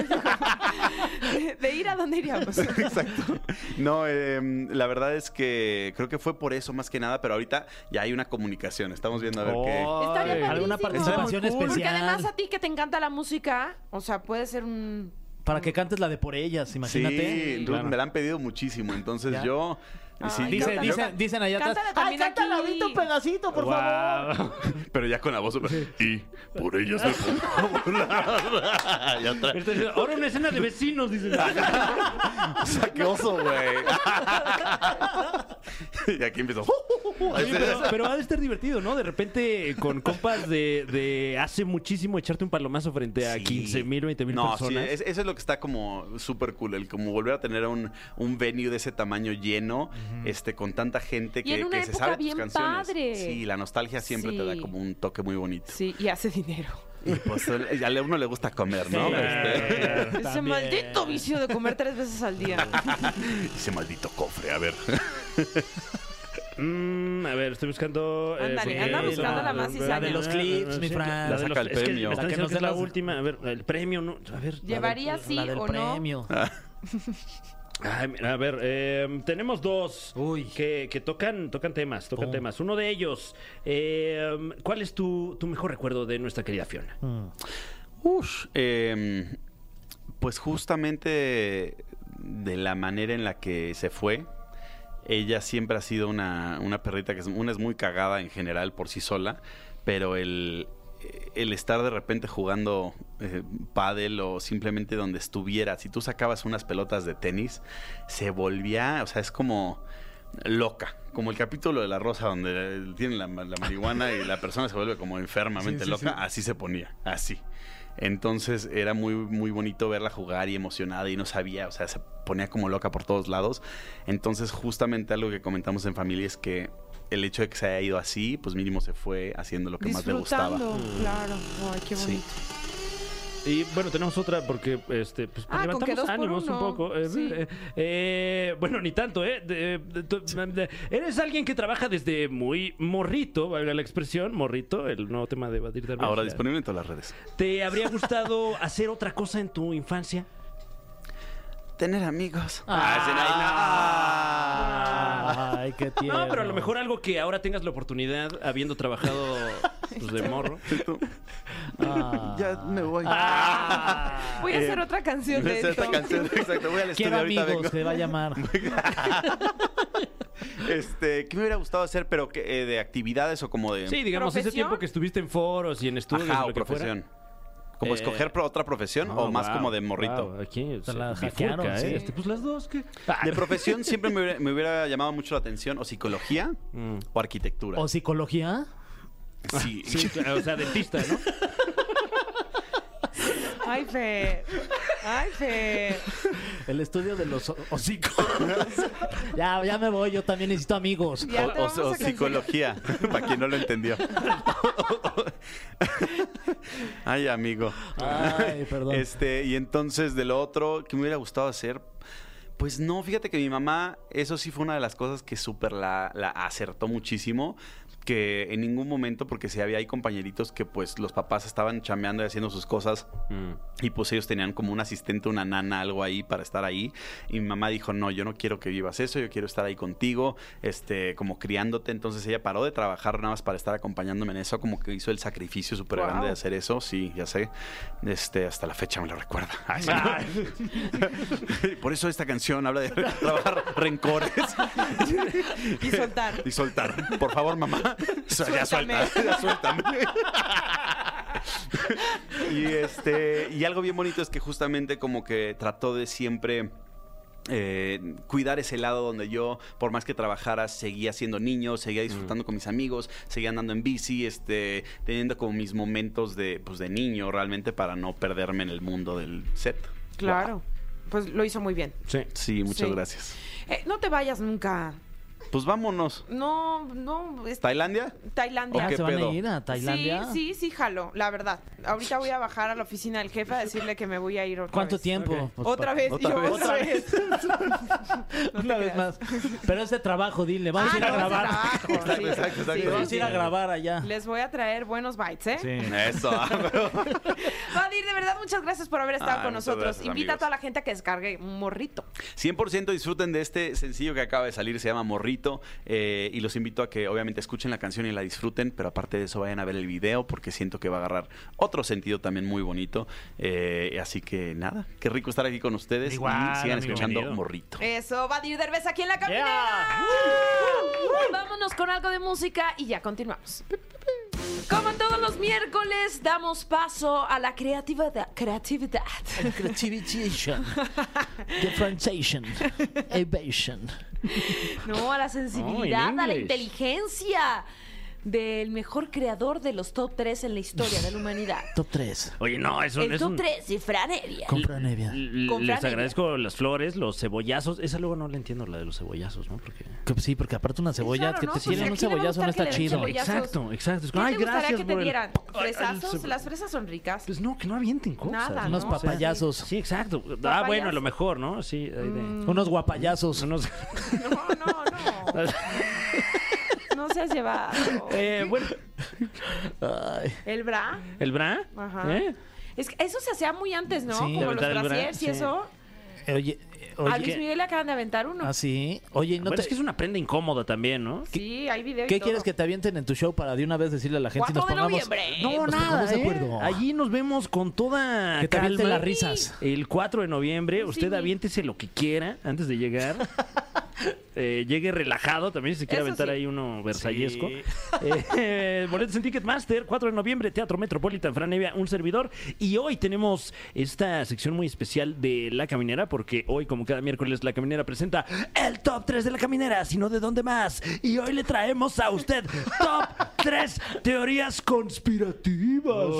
De ir a dónde iríamos.
Exacto. No, eh, la verdad es que creo que fue por eso más que nada, pero ahorita ya hay una comunicación. Estamos viendo a ver qué.
Oh,
Estaría padrísimo.
Alguna participación
Estaría muy cool.
especial.
Porque además a ti que te encanta la música, o sea, puede ser un...
Para que cantes la de por ellas, imagínate.
Sí,
Claro.
me la han pedido muchísimo. Entonces
Ya.
yo.
Ay,
sí,
Dice-
cántala.
yo-
dicen- dicen allá atrás,
Cántala también
"Ay, cántala
aquí".
ahorita un pedacito, por favor.
Guau.
Pero ya con la voz super. Y por ellas me pongo la- Ya atrás.
Ahorita dice, Este, Ahora una escena de vecinos, dicen.
Ah, O sea, qué oso, güey. y aquí empiezo.
Oye, pero, pero ha de estar divertido, ¿no? De repente con compas de, de hace muchísimo echarte un palomazo frente a 15 mil, 20 mil
no,
personas.
sí, es- eso es lo que está como súper cool, el como volver a tener un, un venue de ese tamaño lleno, este, con tanta gente que,
en una
que se
época
sabe
bien
tus canciones.
padre.
Sí, la nostalgia siempre te da
Sí.
como un toque muy bonito.
Sí, y hace dinero.
Y pues a uno le gusta comer, ¿no?
Sí.
Este-
Ese maldito vicio de comer tres veces al día.
Ah.
Ese maldito cofre, a ver.
Mm, a ver, estoy buscando. eh,
Ándale,
porque-
anda
buscando la
más
La de los
Sí,
clips, mi
sí,
Fran.
la
La
de
saca
los-
el
es que
premio.
me están
La que
diciendo
no
que
se
es la
las-
última. A ver, el premio, ¿no? A ver.
Ya- ¿Llevaría sí
la del
o no?
premio.
Ah.
Ay, mira, a ver, eh, tenemos dos
Uy. Oh.
que, que tocan, tocan temas, tocan
Pum.
temas. Uno de ellos, eh, ¿cuál es tu, tu mejor recuerdo de nuestra querida Fiona?
Mm.
Ush, em, pues justamente de la manera en la que se fue. Ella siempre ha sido una, una perrita que es, una es muy cagada en general por sí sola, pero el, el estar de repente jugando eh, pádel o simplemente donde estuviera, si tú sacabas unas pelotas de tenis, se volvía, o sea, es como loca, como el capítulo de La Rosa donde eh, tienen la, ma- la marihuana y la persona se vuelve como enfermamente loca, así se ponía, así. Entonces era muy, muy bonito verla jugar y emocionada y no sabía, o sea, se ponía como loca por todos lados. Entonces justamente algo que comentamos en familia es que el hecho de que se haya ido así, pues mínimo se fue haciendo lo que más le gustaba.
Disfrutando, claro. Ay, qué bonito.
Y bueno, tenemos otra porque este, pues,
Ah, con que
levantamos
dos por
ánimos un
uno.
poco. Eh,
Sí.
eh, eh, bueno, ni tanto, ¿eh? De- de- tu- de- eres alguien que trabaja desde muy morrito, valga la expresión, morrito, el nuevo tema de Badir Derbez.
Ahora
Ya.
disponible en todas las redes.
¿Te habría gustado hacer otra cosa en tu infancia?
Tener amigos.
Ay, qué tierno.
No, pero a lo mejor algo que ahora tengas la oportunidad, habiendo trabajado pues, de morro.
Ah.
Ya me voy.
Ah,
Voy a
Eh,
hacer otra canción de
Esa es la
esto.
canción, exacto. Voy al estudio
Quiero
ahorita
amigos, eh.
vengo.
se va a llamar.
Este, ¿qué me hubiera gustado hacer, pero que, eh, de actividades o como de
Sí, digamos, ese
¿Profesión?
tiempo que estuviste en foros y en estudios,
ajá,
lo
o
que
profesión?
fuera.
Como
Eh,
escoger pro- otra profesión o
No,
más
wow,
como de morrito.
wow, aquí se
la
bifurca,
hackearon,
¿eh?
sí.
Este, pues las dos que.
De profesión siempre me hubiera, me hubiera llamado mucho la atención o psicología
Mm.
o arquitectura.
¿O psicología?
sí.
Sí, claro, o sea, dentista, ¿no?
Ay, Fer. Ay, Fer.
El estudio de los ho- hocicos. ya, ya me voy, yo también necesito amigos.
Ya te
o,
vamos
o- o
a cancelar.
psicología, para quien no lo entendió. Ay, amigo.
Ay, perdón.
Este, y entonces de lo otro que me hubiera gustado hacer, pues no, fíjate que mi mamá, eso sí fue una de las cosas que súper la, la acertó muchísimo. Que en ningún momento, porque si había hay compañeritos que pues los papás estaban chameando y haciendo sus cosas
Mm.
y pues ellos tenían como un asistente, una nana, algo ahí para estar ahí. Y mi mamá dijo, no, yo no quiero que vivas eso, yo quiero estar ahí contigo, este, como criándote. Entonces ella paró de trabajar nada más para estar acompañándome en eso, como que hizo el sacrificio súper grande de hacer eso. Sí, ya sé. Este, hasta la fecha me lo recuerda. Ay, sí. Por eso esta canción habla de trabajar rencores
Y soltar.
y soltar. Por favor, mamá,
Suéltame.
ya suelta, ya suéltame. y este y algo bien bonito es que justamente como que trató de siempre eh, cuidar ese lado donde yo, por más que trabajara, seguía siendo niño, seguía
Mm.
disfrutando con mis amigos, seguía andando en bici, este, teniendo como mis momentos de, pues, de niño realmente para no perderme en el mundo del set.
Claro. Pues lo hizo muy bien.
Sí.
Sí, muchas
Sí.
gracias.
Eh, no te vayas nunca.
Pues vámonos.
No, no. es-
¿Tailandia?
Tailandia.
Ah,
¿O qué
¿Se van
pedo?
a ir a Tailandia?
Sí, sí, sí, jalo, la verdad. Ahorita voy a bajar a la oficina del jefe a decirle que me voy a ir otra
¿Cuánto
vez.
tiempo?
Ok.
Pues,
otra
pa-
vez,
otra
y yo,
vez.
otra vez. No te
Una vez
creas.
más. Pero es de trabajo, dile. Vamos
Ah,
a ir a
no, es de
grabar.
trabajo, sí,
Exacto, exacto,
sí,
exacto.
sí.
Vamos a ir a grabar allá.
Les voy a traer buenos bites, ¿eh?
Eso.
Vadir, de verdad, muchas gracias por haber estado
Ah,
con
muchas
nosotros.
gracias,
Invita a
amigos.
toda la gente a que descargue un morrito.
100% disfruten de este sencillo que acaba de salir, se llama Morrito, eh, y los invito a que obviamente escuchen la canción y la disfruten, pero aparte de eso vayan a ver el video porque siento que va a agarrar otro sentido también muy bonito. eh, así que nada, qué rico estar aquí con ustedes
Igual,
y sigan
amigo.
escuchando
Bienvenido.
Morrito.
Eso, Vadir Derbez aquí en la caminera.
Yeah.
Y Vámonos con algo de música y ya continuamos. Como todos los miércoles, damos paso a la creatividad. creatividad.
Creativation. Differentiation. Evasion.
No, a la sensibilidad,
Oh, en
a la
English.
inteligencia del mejor creador de los top 3 en la historia de la humanidad.
Top 3.
Oye, no, eso
El
es
top
un...
3 de Fran Evia.
Compra Nevia.
L-
Con
Les
Fran y-
agradezco las flores, los cebollazos. Esa luego no la entiendo, la de los cebollazos, ¿no? Porque...
Que- Sí, porque aparte una cebolla
raro,
que
¿no?
te
Pues ¿a
tiren un
quién le va a
cebollazo no
gustar
está
que le den
chido.
cebollazo? Cebollazos.
Exacto, exacto. Es
¿Qué
como, Ay,
te gustaría
gracias,
que te
por el-
dieran?
Ay, ay,
¿Fresazos?
se-
Las fresas son ricas.
Pues no, que no avienten cosas.
Nada,
Unos
¿no? O sea,
papayazos.
Sí, exacto. Ah,
Papayazos. Mm.
bueno, a lo mejor, ¿no? Sí, ahí de...
Unos guapayazos.
unos-
No, no, no. No seas llevado.
Eh, bueno,
Ay.
¿El bra?
¿el bra?
Ajá.
¿Eh?
Es que eso se hacía muy antes, ¿no?
Sí.
Como los
Aventar el bra,
brasiers y
sí.
eso.
Eh, Oye, eh,
a
oye.
Luis Miguel le acaban de aventar uno.
¿Ah, sí? Oye, ¿no
bueno,
te-
es que es una prenda incómoda también, ¿no?
sí, hay video y
¿qué
todo.
quieres que te avienten en tu show para de una vez decirle a la gente si
4
nos
de
pongamos...
noviembre.
No,
Nos
nada,
Nada,
pues, de
¿eh?
acuerdo.
Allí nos vemos con toda
Que te avienten
Ah, calma.
las risas.
El 4 de noviembre,
Sí.
usted aviéntese lo que quiera antes de llegar. Eh, llegue relajado también si se quiere
Eso
aventar
sí.
ahí uno versallesco. Eh, boletos en Ticketmaster, 4 de noviembre, Teatro Metropolitan, Fran Evia, un servidor. Y hoy tenemos esta sección muy especial de La Caminera, porque hoy, como cada miércoles, La Caminera presenta el top 3 de La Caminera, sino de dónde más. Y hoy le traemos a usted top 3 teorías conspirativas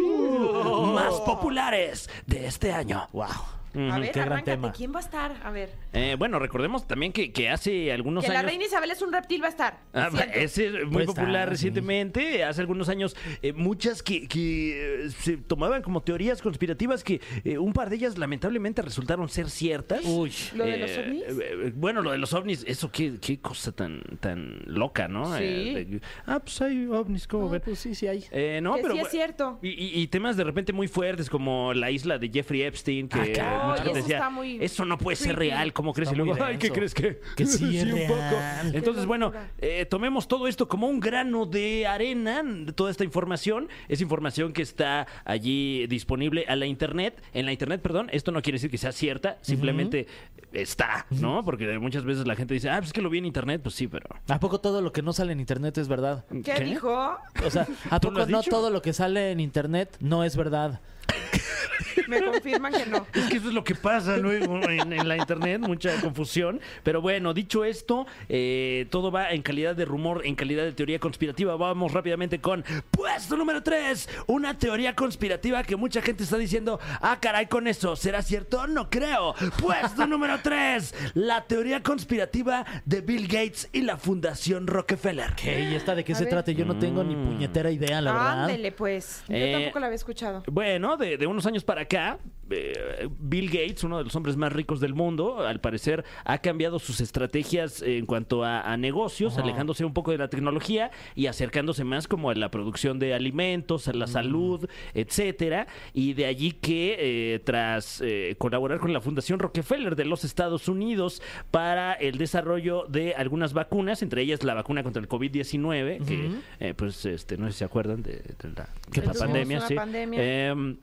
uh, más populares de este año. ¡Wow!
A ver,
qué gran
arráncate.
tema.
¿Quién va a estar? A ver.
Eh, bueno, recordemos también que, que hace algunos
que la
años.
reina Isabel es un reptil, va a estar.
Ah,
Siento.
ese es muy
Pues
popular
está, sí.
recientemente, hace algunos años, eh, muchas que, que, eh, se tomaban como teorías conspirativas que eh, un par de ellas lamentablemente resultaron ser ciertas.
Uy.
¿Lo de los ovnis?
eh, bueno, lo de los ovnis, eso qué, qué cosa tan, tan loca, ¿no?
Sí. Ah,
Eh, de- ah, pues hay ovnis, ¿cómo ven?
pues sí, sí hay.
Eh, no,
Que
pero
sí es
bu-
cierto.
Y, y- y temas de repente muy fuertes como la isla de Jeffrey Epstein que
Ah, claro.
mucha
Oye,
gente
eso
decía,
está muy
eso no puede ser
creepy.
real, ¿cómo crees?
Está
y luego,
muy
ay, ¿qué
denso.
crees que?
Que sí es
un poco".
real.
Entonces,
Qué
bueno,
locura.
eh, tomemos todo esto como un grano de arena, toda esta información, es información que está allí disponible a la internet, en la internet, perdón, esto no quiere decir que sea cierta, simplemente está, ¿no? Porque muchas veces la gente dice, ah, pues es que lo vi en internet, pues sí, pero...
¿A poco todo lo que no sale en internet es verdad?
¿Qué, dijo?
O sea, ¿a
¿Tú lo
poco
has
no
dicho?
todo lo que sale en internet no es verdad?
Me confirman que no.
Es que eso es lo que pasa luego en, en la internet, mucha confusión. Pero bueno, dicho esto, eh, todo va en calidad de rumor, en calidad de teoría conspirativa. Vamos rápidamente con puesto número 3, una teoría conspirativa que mucha gente está diciendo, ah, caray, con eso, ¿será cierto? No creo. Puesto número 3, la teoría conspirativa de Bill Gates y la Fundación Rockefeller.
¿Qué? ¿Y esta de qué
A
se
ver.
trata? Yo no tengo
Mm.
ni puñetera idea, la verdad.
Ándele, pues. Yo
Eh,
tampoco la había escuchado.
Bueno, de, de unos años para acá, eh, Bill Gates, uno de los hombres más ricos del mundo, al parecer ha cambiado sus estrategias en cuanto a, a negocios, alejándose un poco de la tecnología y acercándose más como a la producción de alimentos,
Mm.
a la salud, etcétera. Y de allí que eh, tras eh, colaborar con la Fundación Rockefeller de los Estados Unidos para el desarrollo de algunas vacunas, entre ellas la vacuna contra el COVID-19, que eh, pues este, no sé si se acuerdan de, de la, de la
Pues Tuvimos
pandemia,
una
sí.
pandemia.
Em,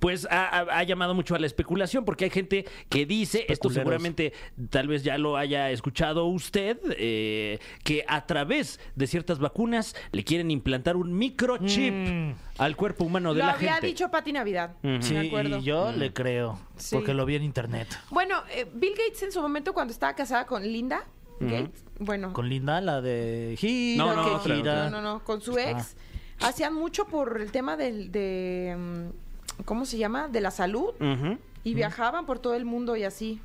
pues ha, ha- ha llamado mucho a la especulación porque hay gente que dice, esto seguramente tal vez ya lo haya escuchado usted, eh, que a través de ciertas vacunas le quieren implantar un microchip al cuerpo humano de
Lo
la
había
gente.
dicho Pati Navidad.
Sí,
Me acuerdo.
y yo
Mm.
le creo,
Sí.
porque lo vi en internet.
Bueno, eh, Bill Gates en su momento cuando estaba casada con Linda Gates, bueno,
Con Linda, la de gira,
No, no,
que
otra,
gira.
no, no, no, con su ex,
Ah.
hacían mucho por el tema del, de, mm, ¿cómo se llama? De la salud
Ujú.
y viajaban por todo el mundo y así.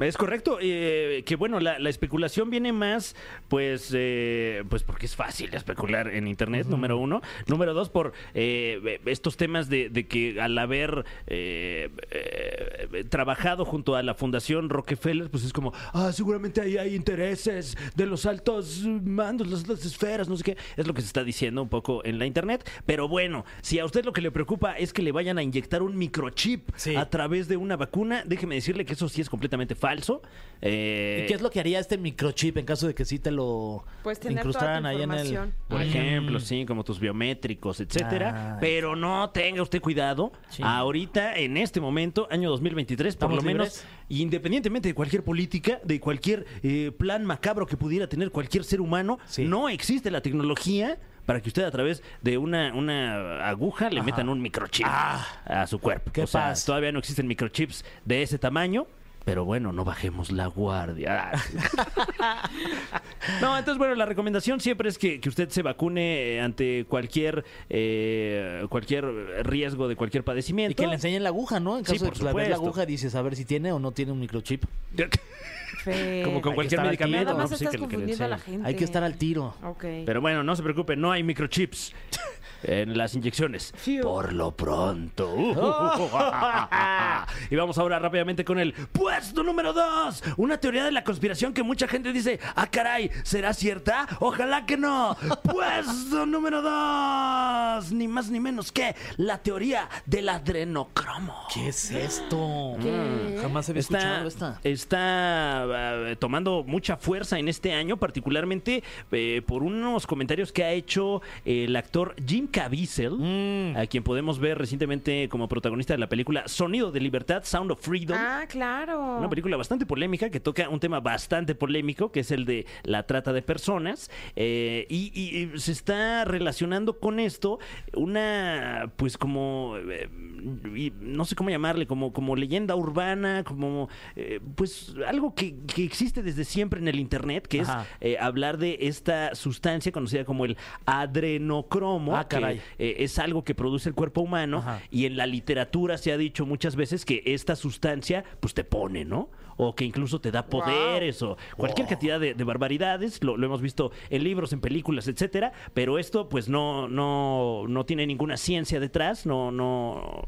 Es correcto, eh, que bueno, la, la especulación viene más, pues, eh, pues porque es fácil especular en Internet, número uno. Número dos, por eh, estos temas de, de que al haber eh, eh, trabajado junto a la Fundación Rockefeller, pues es como, ah, seguramente ahí hay intereses de los altos mandos, las altas esferas, no sé qué. Es lo que se está diciendo un poco en la Internet. Pero bueno, si a usted lo que le preocupa es que le vayan a inyectar un microchip
Sí.
a través de una vacuna, déjeme decirle que eso sí es completamente falso. Eh,
¿Y qué es lo que haría este microchip en caso de que sí te lo
Pues tener
incrustaran
toda tu
ahí en el...
información.
Por ejemplo, sí, como tus biométricos, etcétera.
Ah,
pero no tenga usted cuidado.
Sí.
Ahorita, en este momento, año 2023, por
¿Estamos
lo menos, independientemente de cualquier política, de cualquier eh, plan macabro que pudiera tener cualquier ser humano,
Sí.
no existe la tecnología para que usted a través de una, una aguja le metan un microchip a su cuerpo.
Ah. Qué
o sea,
paz.
todavía no existen microchips de ese tamaño. Pero bueno, no bajemos la guardia. Ah. No, entonces, bueno, la recomendación siempre es que, que usted se vacune eh, ante cualquier eh, cualquier riesgo de cualquier padecimiento.
Y que le enseñen la aguja, ¿no? En
Sí,
caso de
por
que la veas la
supuesto.
aguja dices a ver si tiene o no tiene un microchip.
Fer,
Como con
que
cualquier
estar al tiro.
medicamento.
Nada más
¿no? pues Sí,
estás
que le- que le
confundiendo a la
enseñen.
gente.
Hay que estar al tiro.
Ok.
Pero bueno, no se preocupe, no hay microchips en las inyecciones.
Fiu.
Por lo pronto. y vamos ahora rápidamente con el puesto número 2. Una teoría de la conspiración que mucha gente dice, ah caray, ¿será cierta? Ojalá que no. puesto número 2. Ni más ni menos que la teoría del adrenocromo.
¿Qué es esto?
Mm,
¿Qué?
Jamás había
Está,
escuchado esta.
está, eh, tomando mucha fuerza en este año, particularmente eh, por unos comentarios que ha hecho eh, el actor Jim Caviezel,
Mm.
a quien podemos ver recientemente como protagonista de la película Sonido de Libertad, Sound of Freedom.
Ah, claro.
Una película bastante polémica que toca un tema bastante polémico, que es el de la trata de personas. eh, y, y- y se está relacionando con esto una, pues como, eh, y no sé cómo llamarle, como, como leyenda urbana, como, eh, pues algo que, que existe desde siempre en el Internet, que
Ajá.
es eh, hablar de esta sustancia conocida como el adrenocromo,
Ah, caray.
que eh, es algo que produce el cuerpo humano
Ajá.
y en la literatura se ha dicho muchas veces que esta sustancia pues te pone, ¿no? O que incluso te da poderes o cualquier cantidad de, de barbaridades. Lo, lo hemos visto en libros, en películas, etcétera. Pero esto pues no, no, no tiene ninguna ciencia detrás. No, no,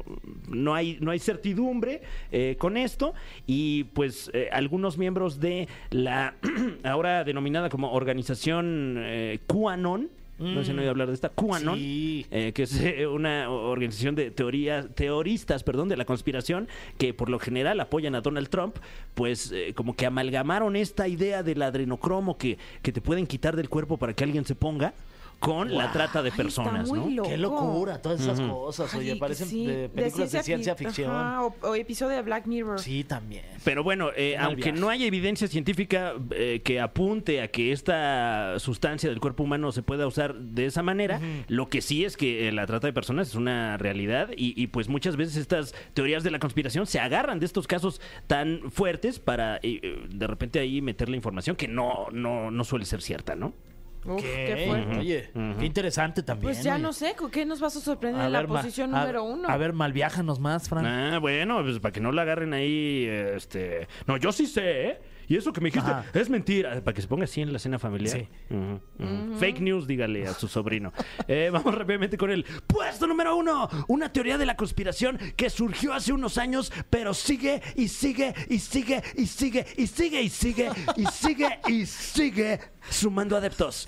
no hay, no hay certidumbre eh, con esto. Y pues eh, algunos miembros de la ahora denominada como organización eh, QAnon. No sé si han oído hablar de esta QAnon
Mm. Sí.
eh, que es eh, una organización de teorías, teoristas, perdón, de la conspiración, que por lo general apoyan a Donald Trump, pues eh, como que amalgamaron esta idea del adrenocromo que, que te pueden quitar del cuerpo para que alguien se ponga. con la trata de
Ay,
personas,
está muy
¿no?
Loco.
Qué locura, todas esas cosas.
Ay,
Oye,
que
parecen
sí.
de películas de ciencia
fi-
ficción.
ajá, o, o episodio de Black Mirror.
Sí, también.
Pero bueno, eh,
Mal
aunque
viaje.
no haya evidencia científica eh, que apunte a que esta sustancia del cuerpo humano se pueda usar de esa manera, lo que sí es que eh, la trata de personas es una realidad y, y, pues muchas veces estas teorías de la conspiración se agarran de estos casos tan fuertes para eh, eh, de repente ahí meter la información que no, no, no suele ser cierta, ¿no?
Uf, qué fuerte.
Oye, qué interesante también.
Pues ya
oye.
no sé, ¿con qué nos vas a sorprender
A
en la
ver, ma-
posición
a-
número uno?
A ver, malviájanos más, Fran.
Ah, bueno, pues para que no la agarren ahí, eh, este... No, yo sí sé, ¿eh? Y eso que me dijiste
Ajá.
es mentira. Para que se ponga así en la cena familiar.
Sí.
Ujú, ujú. Fake news, dígale a su sobrino. Eh, vamos rápidamente con el puesto número uno. Una teoría de la conspiración que surgió hace unos años, pero sigue y sigue y sigue y sigue y sigue y sigue y sigue y sigue sumando adeptos.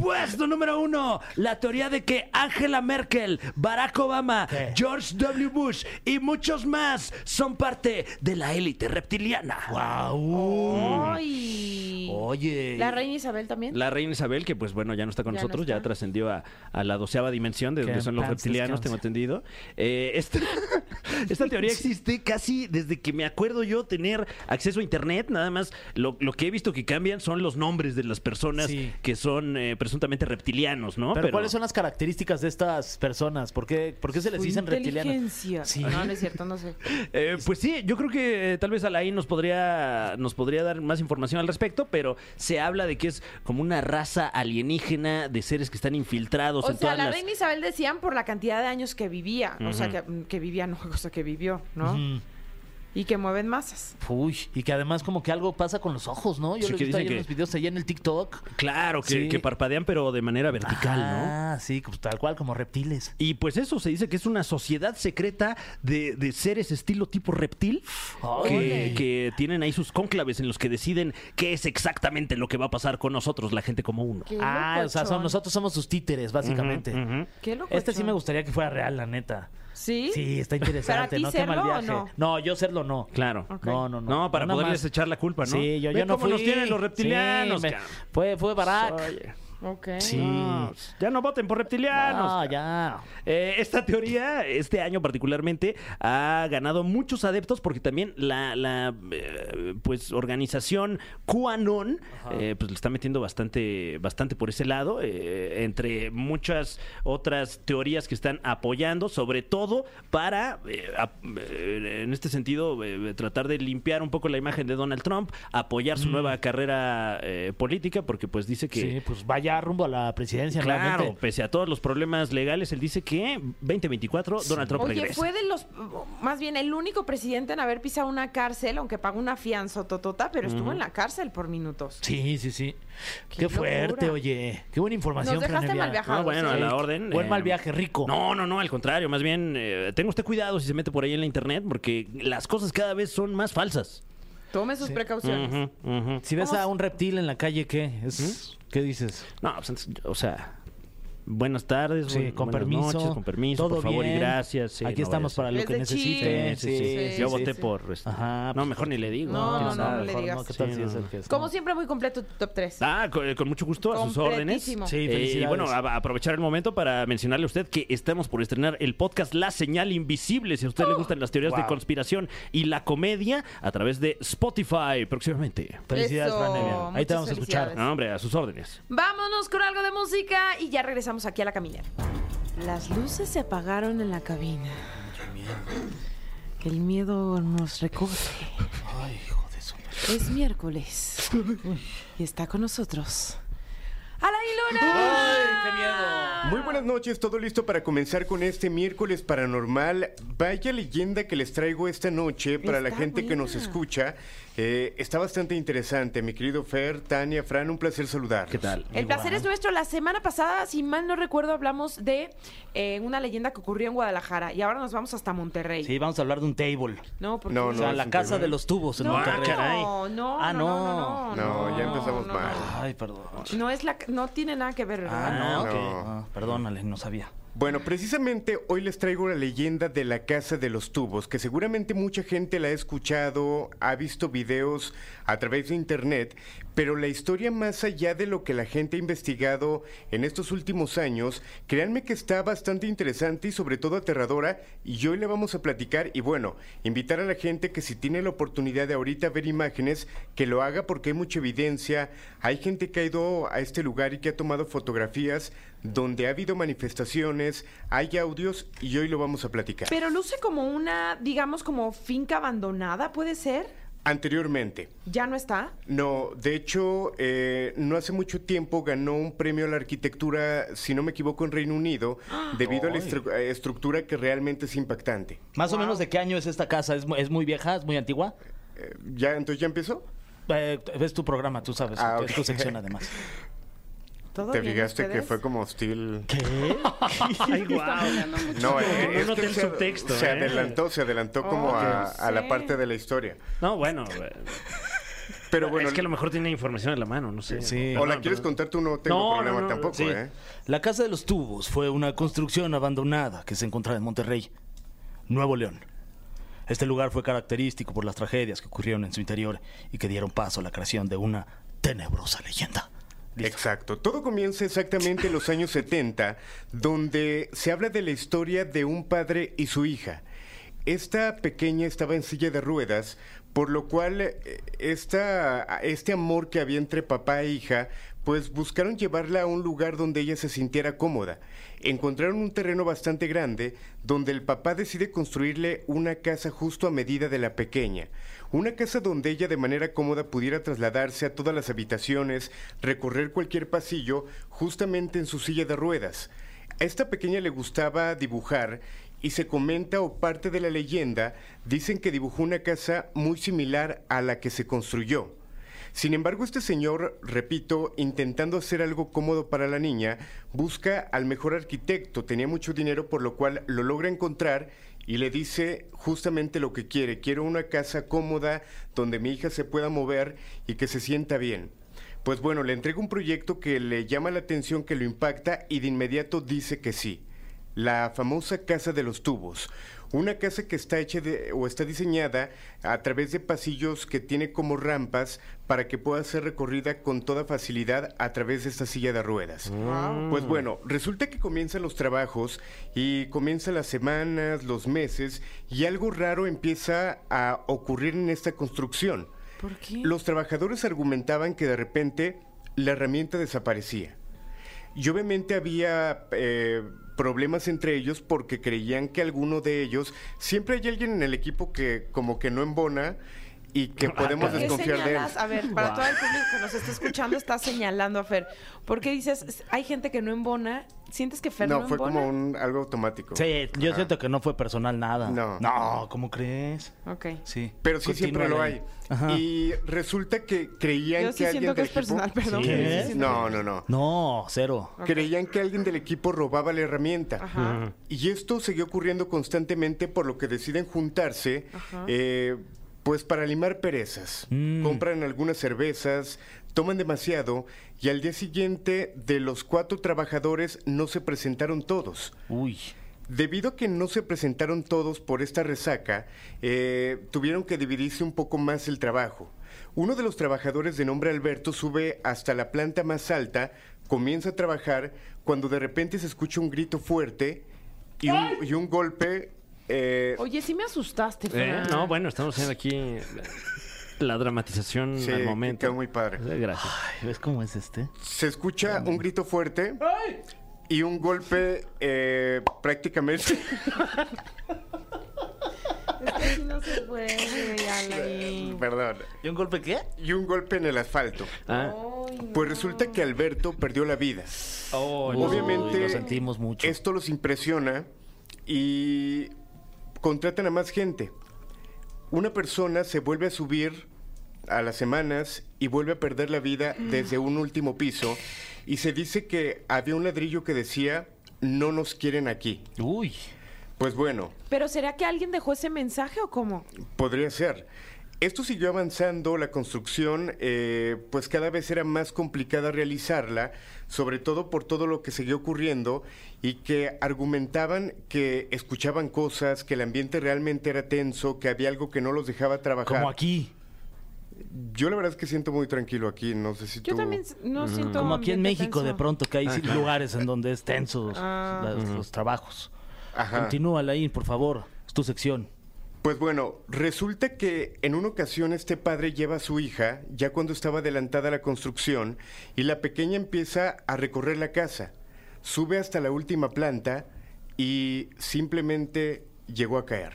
Puesto número uno, la teoría de que Angela Merkel, Barack Obama,
¿Qué?
George W. Bush y muchos más son parte de la élite reptiliana.
¡Guau!
Ay.
Oye.
¿La reina Isabel también?
La reina Isabel, que pues bueno, ya no está con
Ya no
nosotros, ya
está.
trascendió a, a la doceava dimensión, de
Que
donde
en
son los
paz
reptilianos,
descanse.
tengo entendido. Eh, esta, esta teoría existe casi desde que me acuerdo yo tener acceso a internet, nada más lo, lo que he visto que cambian son los nombres de las personas
Sí.
que son eh, presuntamente reptilianos, ¿no?
Pero, ¿cuáles son las características de estas personas? ¿Por qué, por qué se les
Su
dicen reptilianos?
inteligencia.
Sí.
No, no es cierto, no sé.
Eh, pues sí, yo creo que eh, tal vez Alain nos podría, nos podría dar más información al respecto, pero se habla de que es como una raza alienígena de seres que están infiltrados
O
en
sea,
todas
la
las...
reina Isabel decían por la cantidad de años que vivía. O sea, que,
Ujú.
que vivía, no, o sea, que vivió, ¿no? Y que mueven masas.
Uy, y que además como que algo pasa con los ojos, ¿no? Yo
Sí,
lo he
que
visto
dicen
ahí en
que-
los videos allá en el TikTok.
Claro, que,
Sí.
que parpadean pero de manera vertical, ¿no?
Ah, sí, pues, tal cual, como reptiles.
Y pues eso se dice que es una sociedad secreta de, de seres estilo tipo reptil que,
Ole.
que tienen ahí sus cónclaves en los que deciden qué es exactamente lo que va a pasar con nosotros, la gente como uno.
Qué
Ah, o sea, son-
locochón.
nosotros somos sus títeres, básicamente.
Ujú, ujú.
Qué loco.
Este sí me gustaría que fuera real, la neta.
¿Sí?
Sí, está interesante,
¿Para ti
¿no? Qué mal
serlo o
viaje.
no?
yo serlo no.
Claro.
Ok.
No, no, no.
No, para
Nada
poderles
más.
echar la culpa, ¿no?
Sí, yo,
Ve
yo no
cómo
fui.
nos tienen los reptilianos,
Sí, me-
cabrón.
fue, fue
Ah,
Barack.
Oye.
Ok.
Sí.
No, ya no voten por reptilianos.
Ah,
cabrón.
No, ya.
Eh, esta teoría, este año particularmente, ha ganado muchos adeptos porque también la, la, eh, pues organización QAnon eh, pues le está metiendo bastante, bastante por ese lado, eh, entre muchas otras teorías que están apoyando, sobre todo para, eh, ap- eh, en este sentido, eh, tratar de limpiar un poco la imagen de Donald Trump, apoyar su nueva carrera eh, política, porque pues dice que
Mm. Sí, pues vaya rumbo a la presidencia
Claro,
nuevamente.
pese a todos los problemas legales, él dice que 2024 Donald Trump
Oye,
regresa.
fue de los, más bien el único presidente en haber pisado una cárcel, aunque pagó una fianza totota, pero estuvo en la cárcel por minutos.
Sí, sí, sí. Qué,
Qué
fuerte,
locura.
oye. Qué buena información.
Nos dejaste
Fran Evia.
mal viajados,
No, bueno, a
¿eh?
la orden.
Buen
eh,
mal viaje, rico.
No, no, no, al contrario, más bien, eh, tenga usted cuidado si se mete por ahí en la internet, porque las cosas cada vez son más falsas.
Tome sus precauciones.
Ujú, ujú.
Si ves a un reptil en la calle, ¿qué? Es-
¿Mm?
¿Qué dices?
No, pues, antes, o sea, buenas tardes,
Sí,
buen-
con
Pues, buenas
permiso.
noches, con permiso,
Todo
por favor
bien.
y gracias. sí,
Aquí
no vaya
estamos para lo
Es
que
de
necesiten.
chiste.
Sí, sí, sí.
Sí,
Yo
sí,
voté
sí.
por. este,
Ajá,
no,
pues,
mejor ni le digo.
No,
quién
no, no,
sabe,
no le
mejor
digas.
¿Qué tal
Sí,
si es
no.
el que es?
Como siempre, muy completo tu top 3.
Ah, co- eh, con, mucho gusto, a sus órdenes.
Completísimo.
Sí,
Eh, y
felicidades.
bueno, a- a aprovechar el momento para mencionarle a usted que estamos por estrenar el podcast La Señal Invisible. Si a usted le gustan las teorías de
Wow.
conspiración y la comedia, a través de Spotify próximamente.
Felicidades,
Eso,
Fran Evia. Ahí te
muchas
vamos a escuchar.
felicidades.
No, hombre, a sus órdenes.
Vámonos con algo de música y ya regresamos aquí a la caminera. Las luces se apagaron en la cabina. El miedo nos recoge. Es miércoles. Y está con nosotros. ¡Alain Luna!
qué miedo! Muy buenas noches, todo listo para comenzar con este miércoles paranormal. Vaya leyenda que les traigo esta noche para la
Está
gente que nos
buena.
escucha. Eh, está bastante interesante, mi querido Fer, Tania, Fran, un placer saludar.
¿Qué tal?
El placer es nuestro. La semana pasada, si mal no recuerdo, hablamos de eh, una leyenda que ocurrió en Guadalajara y ahora nos vamos hasta Monterrey.
Sí, vamos a hablar de un table.
No, porque
No,
O sea,
es
la
un
casa
table.
de los tubos en
No,
Monterrey.
no, no,
Ah,
no, no,
no.
No, ya empezamos
no,
mal.
no.
Ay, perdón.
No es la, no tiene nada que ver. ¿verdad?
Ah, no,
No.
ok. Ah, perdónale, no sabía.
Bueno, precisamente hoy les traigo la leyenda de la Casa de los Tubos, que seguramente mucha gente la ha escuchado, ha visto videos a través de internet, pero la historia más allá de lo que la gente ha investigado en estos últimos años, créanme que está bastante interesante y sobre todo aterradora, y hoy la vamos a platicar y bueno, invitar a la gente que si tiene la oportunidad de ahorita ver imágenes, que lo haga porque hay mucha evidencia, hay gente que ha ido a este lugar y que ha tomado fotografías donde ha habido manifestaciones, hay audios y hoy lo vamos a platicar.
Pero luce como una, digamos, como finca abandonada, ¿puede ser?
Anteriormente,
¿Ya no está?
no, de hecho, eh, no hace mucho tiempo ganó un premio a la arquitectura, si no me equivoco, en Reino Unido, debido a la estru- eh, estructura que realmente es impactante.
Más o menos de qué año es esta casa, es, mu- es muy vieja, es muy antigua.
Eh, ¿Ya entonces ya empezó?
Eh, es tu programa, tú sabes,
Ah,
es
ok.
tu sección además.
¿Todo
¿Te
bien
fijaste que
ustedes?
fue como hostil?
Ay, guau. No, no
No, eh, es
noté
que
el
se,
subtexto,
se
¿eh?
adelantó, se adelantó como
Oh,
a,
ya
a
sé.
la parte de la historia.
No, bueno. eh,
Pero bueno,
es que a lo mejor tiene información en la mano, no sé.
Sí.
o la quieres contar tú, no tengo
No, no,
problema
no,
tampoco,
sí.
¿eh?
La Casa de los Tubos fue una construcción abandonada que se encontraba en Monterrey, Nuevo León. Este lugar fue característico por las tragedias que ocurrieron en su interior y que dieron paso a la creación de una tenebrosa leyenda. Listo.
Exacto. Todo comienza exactamente en los años 70, donde se habla de la historia de un padre y su hija. Esta pequeña estaba en silla de ruedas, por lo cual eh, esta- este amor que había entre papá e hija, pues buscaron llevarla a un lugar donde ella se sintiera cómoda. Encontraron un terreno bastante grande donde el papá decide construirle una casa justo a medida de la pequeña. Una casa donde ella de manera cómoda pudiera trasladarse a todas las habitaciones, recorrer cualquier pasillo, justamente en su silla de ruedas. A esta pequeña le gustaba dibujar y se comenta o parte de la leyenda dicen que dibujó una casa muy similar a la que se construyó. Sin embargo, este señor, repito, intentando hacer algo cómodo para la niña, busca al mejor arquitecto, tenía mucho dinero por lo cual lo logra encontrar y le dice justamente lo que quiere, quiero una casa cómoda donde mi hija se pueda mover y que se sienta bien. Pues bueno, le entrega un proyecto que le llama la atención, que lo impacta y de inmediato dice que sí. La famosa Casa de los Tubos. Una casa que está hecha de- o está diseñada a través de pasillos que tiene como rampas para que pueda ser recorrida con toda facilidad a través de esta silla de ruedas. Pues bueno, resulta que comienzan los trabajos y comienzan las semanas, los meses y algo raro empieza a ocurrir en esta construcción.
¿Por qué?
Los trabajadores argumentaban que de repente la herramienta desaparecía. Y obviamente había eh, problemas entre ellos porque creían que alguno de ellos, siempre hay alguien en el equipo que como que no embona y que podemos
¿Por qué
desconfiar de él.
Ah, señalas? A ver, para todo el público que nos está escuchando, está señalando a Fer. ¿Por qué dices, "Es- hay gente que no embona? ¿Sientes que Fer no,
No, fue
embona?
como un, algo automático.
Sí, yo siento que no fue personal nada.
No.
No, ¿cómo crees?
Ok.
Sí.
Pero sí siempre lo
Continúa,
hay.
Ajá.
Y resulta que creían
Yo sí
que alguien
siento que
del
es personal,
equipo...
perdón.
Sí.
Yo sí
¿Eh?
siento
No, no, no.
No, cero.
Creían que alguien del equipo robaba la herramienta.
Mm.
Ajá.
Y esto siguió ocurriendo constantemente, por lo que deciden juntarse,
Ajá.
eh, pues para limar perezas.
Mm.
Compran algunas cervezas, toman demasiado, y al día siguiente de los cuatro trabajadores no se presentaron todos.
Uy.
Debido a que no se presentaron todos por esta resaca, eh, tuvieron que dividirse un poco más el trabajo. Uno de los trabajadores de nombre Alberto sube hasta la planta más alta, comienza a trabajar, cuando de repente se escucha un grito fuerte y un, y un golpe... eh,
Oye, sí me asustaste,
Eh,
Fer.
No, bueno, estamos haciendo aquí la dramatización
Sí,
Mm, al momento.
quedó muy padre.
Eh, Gracias.
Ay, ¿Ves cómo es este?
se escucha un grito fuerte y un golpe eh, prácticamente...
Es que sí no se puede, Alain.
Perdón.
¿Y un golpe qué?
Y un golpe en el asfalto.
Ah,
Ay, no.
Pues resulta que Alberto perdió la vida.
Obviamente.
Obviamente,
lo sentimos mucho.
Esto los impresiona y contratan a más gente. Una persona se vuelve a subir a las semanas y vuelve a perder la vida desde un último piso y se dice que había un ladrillo que decía no nos quieren aquí.
Uy.
Pues bueno,
¿Pero será que alguien dejó ese mensaje o cómo?
podría ser. Esto siguió avanzando, la construcción eh, pues cada vez era más complicada realizarla, sobre todo por todo lo que seguía ocurriendo y que argumentaban que escuchaban cosas, que el ambiente realmente era tenso, que había algo que no los dejaba trabajar.
Como aquí.
Yo la verdad es que siento muy tranquilo aquí, no sé si
Yo
tú...
también s- no siento.
Como aquí en
ambiente
México, de
tenso.
pronto, que hay
Ah,
lugares en donde es tenso
Ah.
la- los trabajos.
Ajá.
Continúa, Laín, por favor. Es tu sección.
Pues bueno, resulta que en una ocasión este padre lleva a su hija, ya cuando estaba adelantada la construcción, y la pequeña empieza a recorrer la casa. Sube hasta la última planta y simplemente llegó a caer.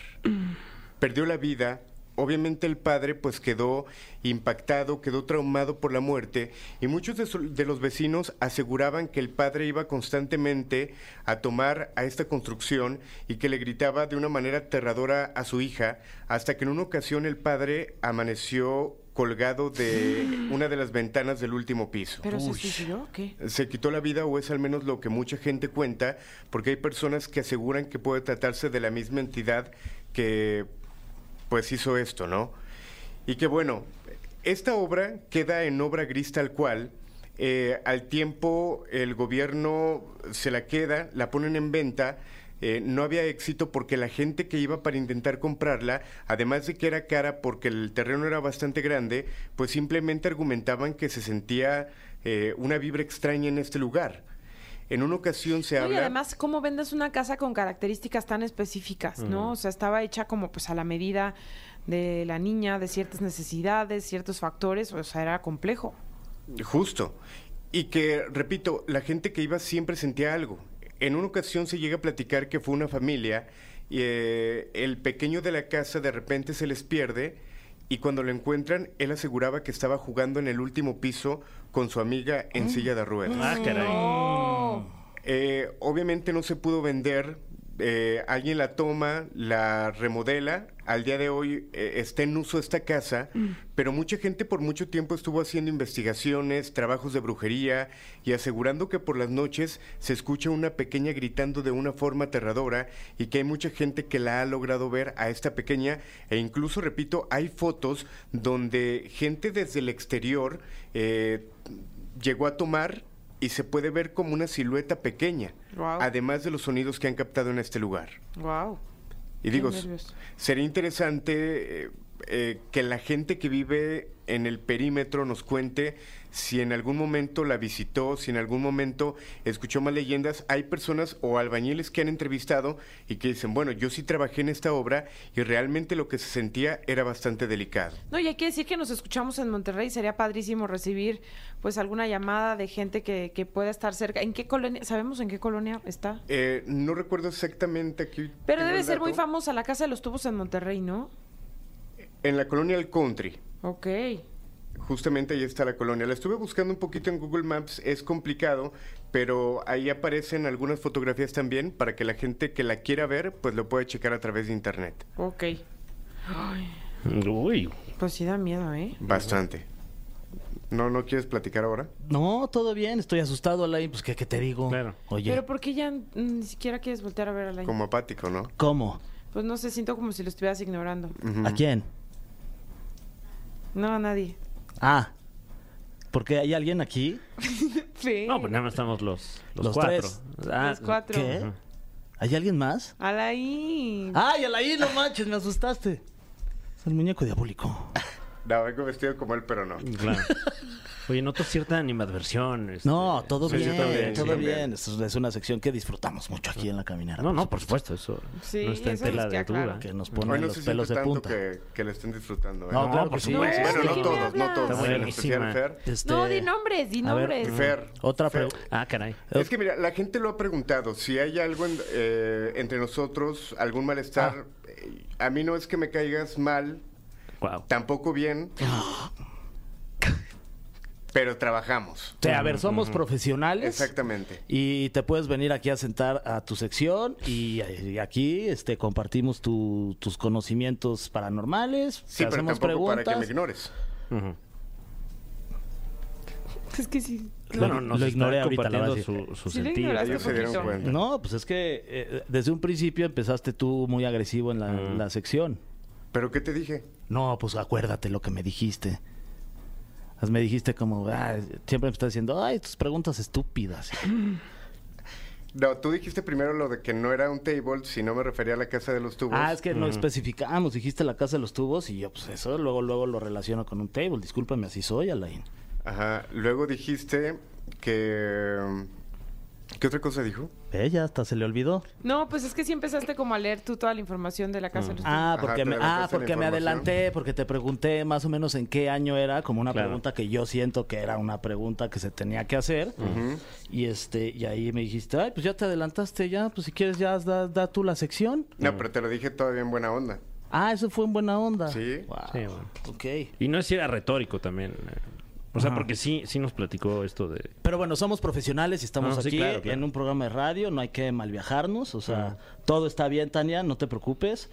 Perdió la vida. Obviamente el padre pues quedó impactado, quedó traumado por la muerte y muchos de, su- de los vecinos aseguraban que el padre iba constantemente a tomar a esta construcción y que le gritaba de una manera aterradora a su hija hasta que en una ocasión el padre amaneció colgado de una de las ventanas del último piso.
¿Pero se suicidó o qué?
Se quitó la vida o es al menos lo que mucha gente cuenta, porque hay personas que aseguran que puede tratarse de la misma entidad que pues hizo esto, ¿no? Y que bueno, esta obra queda en obra gris tal cual. eh, al tiempo el gobierno se la queda, la ponen en venta. eh, no había éxito porque la gente que iba para intentar comprarla, además de que era cara porque el terreno era bastante grande, pues simplemente argumentaban que se sentía eh, una vibra extraña en este lugar. En una ocasión se
No,
habla...
y además, ¿cómo vendes una casa con características tan específicas, no? O sea, estaba hecha como pues a la medida de la niña, de ciertas necesidades, ciertos factores, o sea, era complejo.
Justo. Y que, repito, la gente que iba siempre sentía algo. En una ocasión se llega a platicar que fue una familia y eh, el pequeño de la casa de repente se les pierde y cuando lo encuentran, él aseguraba que estaba jugando en el último piso con su amiga en silla de ruedas.
Ah,
Eh, obviamente no se pudo vender. eh, alguien la toma, la remodela. Al día de hoy eh, está en uso esta casa, pero mucha gente por mucho tiempo estuvo haciendo investigaciones, trabajos de brujería y asegurando que por las noches se escucha una pequeña gritando de una forma aterradora y que hay mucha gente que la ha logrado ver a esta pequeña e incluso, repito, hay fotos donde gente desde el exterior eh, llegó a tomar y se puede ver como una silueta pequeña,
Guau.
además de los sonidos que han captado en este lugar.
Wow.
Y digo,
nervios.
sería interesante eh, eh, que la gente que vive en el perímetro nos cuente si en algún momento la visitó, si en algún momento escuchó más leyendas. Hay personas o albañiles que han entrevistado y que dicen, bueno, yo sí trabajé en esta obra y realmente lo que se sentía era bastante delicado.
No, y hay que decir que nos escuchamos en Monterrey. Sería padrísimo recibir, pues, alguna llamada de gente que, que pueda estar cerca. ¿En qué colonia? ¿Sabemos en qué colonia está?
Eh, no recuerdo exactamente aquí.
Pero
tengo
debe
el
ser muy
dato.
famosa la Casa de los Tubos en Monterrey, ¿no?
En la colonia El Country.
Ok.
Justamente ahí está la colonia. La estuve buscando un poquito en Google Maps, es complicado, pero ahí aparecen algunas fotografías también para que la gente que la quiera ver, pues lo puede checar a través de internet.
Ok.
Uy.
Pues sí da miedo, ¿eh?
Bastante. ¿No, no quieres platicar ahora?
No, todo bien. Estoy asustado, Laín. Pues, ¿qué, qué te digo?
Claro.
Oye,
Pero ¿por qué ya mm, ni siquiera quieres voltear a ver a la
Como apático, ¿no?
¿cómo?
Pues no sé, siento como si lo estuvieras ignorando.
¿A quién?
No, a nadie.
Ah, porque hay alguien aquí.
Sí.
No, pues nada más estamos los, los,
Los
cuatro.
tres.
Ah,
Los cuatro.
¿Qué? ¿Hay alguien más?
Ah,
Alain.
¡Ay, Alain, no manches! Me asustaste. Es el muñeco diabólico.
No, vengo vestido como él, pero no.
Claro. Oye, noto cierta animadversión. este.
No, todo
Sí, sí,
bien,
también,
todo
sí,
bien.
también.
Esto es una sección que disfrutamos mucho aquí en la caminera.
No, no, por supuesto, eso
Sí,
no está en
eso nos
tela de
queda
duda.
claro.
Que nos
Hoy
ponen
no
los
se siente
pelos de
tanto
punta.
que, que lo estén disfrutando. ¿eh?
No,
No,
claro
por
que sí.
supuesto.
bueno,
¿de qué
no
me
todos, no
hablas?
todos.
Está
En especial
buenísima.
Fer.
Este,
No, di nombres, di
a ver,
nombres.
Fer.
Otra
Fer.
pregunta.
Ah, caray.
Es que mira, la gente lo ha preguntado, si hay algo en- eh, entre nosotros, algún malestar, eh, a mí no es que me caigas mal,
Wow.
tampoco bien, pero trabajamos.
O sea, a ver, somos profesionales.
Exactamente.
Y te puedes venir aquí a sentar a tu sección y, y aquí este, compartimos tu- tus conocimientos paranormales.
Sí,
te
pero
hacemos
tampoco
preguntas.
para que me ignores.
Ujú.
Es que sí.
No, no,
Lo-
nos
lo
está
ignoré ahorita, la
compartiendo
verdad,
su, su
Sí, lo
sentido.
ignoraste
Ellos se dieron
poquito.
cuenta.
No, pues es que eh, desde un principio empezaste tú muy agresivo en la, la sección.
¿Pero qué te dije?
No, pues acuérdate lo que me dijiste. Pues, me dijiste como, "Ah, siempre me estás diciendo, ay, tus preguntas estúpidas.
No, tú dijiste primero lo de que no era un table, sino me refería a la casa de los tubos.
Ah, es que no especificamos, dijiste la casa de los tubos y yo, pues eso, luego, luego lo relaciono con un table. Discúlpame, así soy, Alain.
Ajá. Luego dijiste que... ¿Qué otra cosa dijo?
Ella hasta se le olvidó.
No, pues es que sí empezaste como a leer tú toda la información de la casa de los
Ah,
Ajá,
porque,
te
me,
adelantaste
ah,
la
porque me
información.
adelanté, porque te pregunté más o menos en qué año era, como una pregunta que yo siento que era una pregunta que se tenía que hacer. Y este y ahí me dijiste, ay, pues ya te adelantaste, ya, pues si quieres ya da, da tú la sección.
No, pero te lo dije todavía en buena onda.
Ah, eso fue en buena onda.
Sí.
Wow.
Sí, bueno.
Ok.
Y no es si era retórico también. eh. O sea, porque sí, sí nos platicó esto de.
Pero bueno, somos profesionales y estamos
Ah, sí,
aquí
claro, claro.
en un programa de radio, no hay que malviajarnos, o sea, todo está bien, Tania, no te preocupes.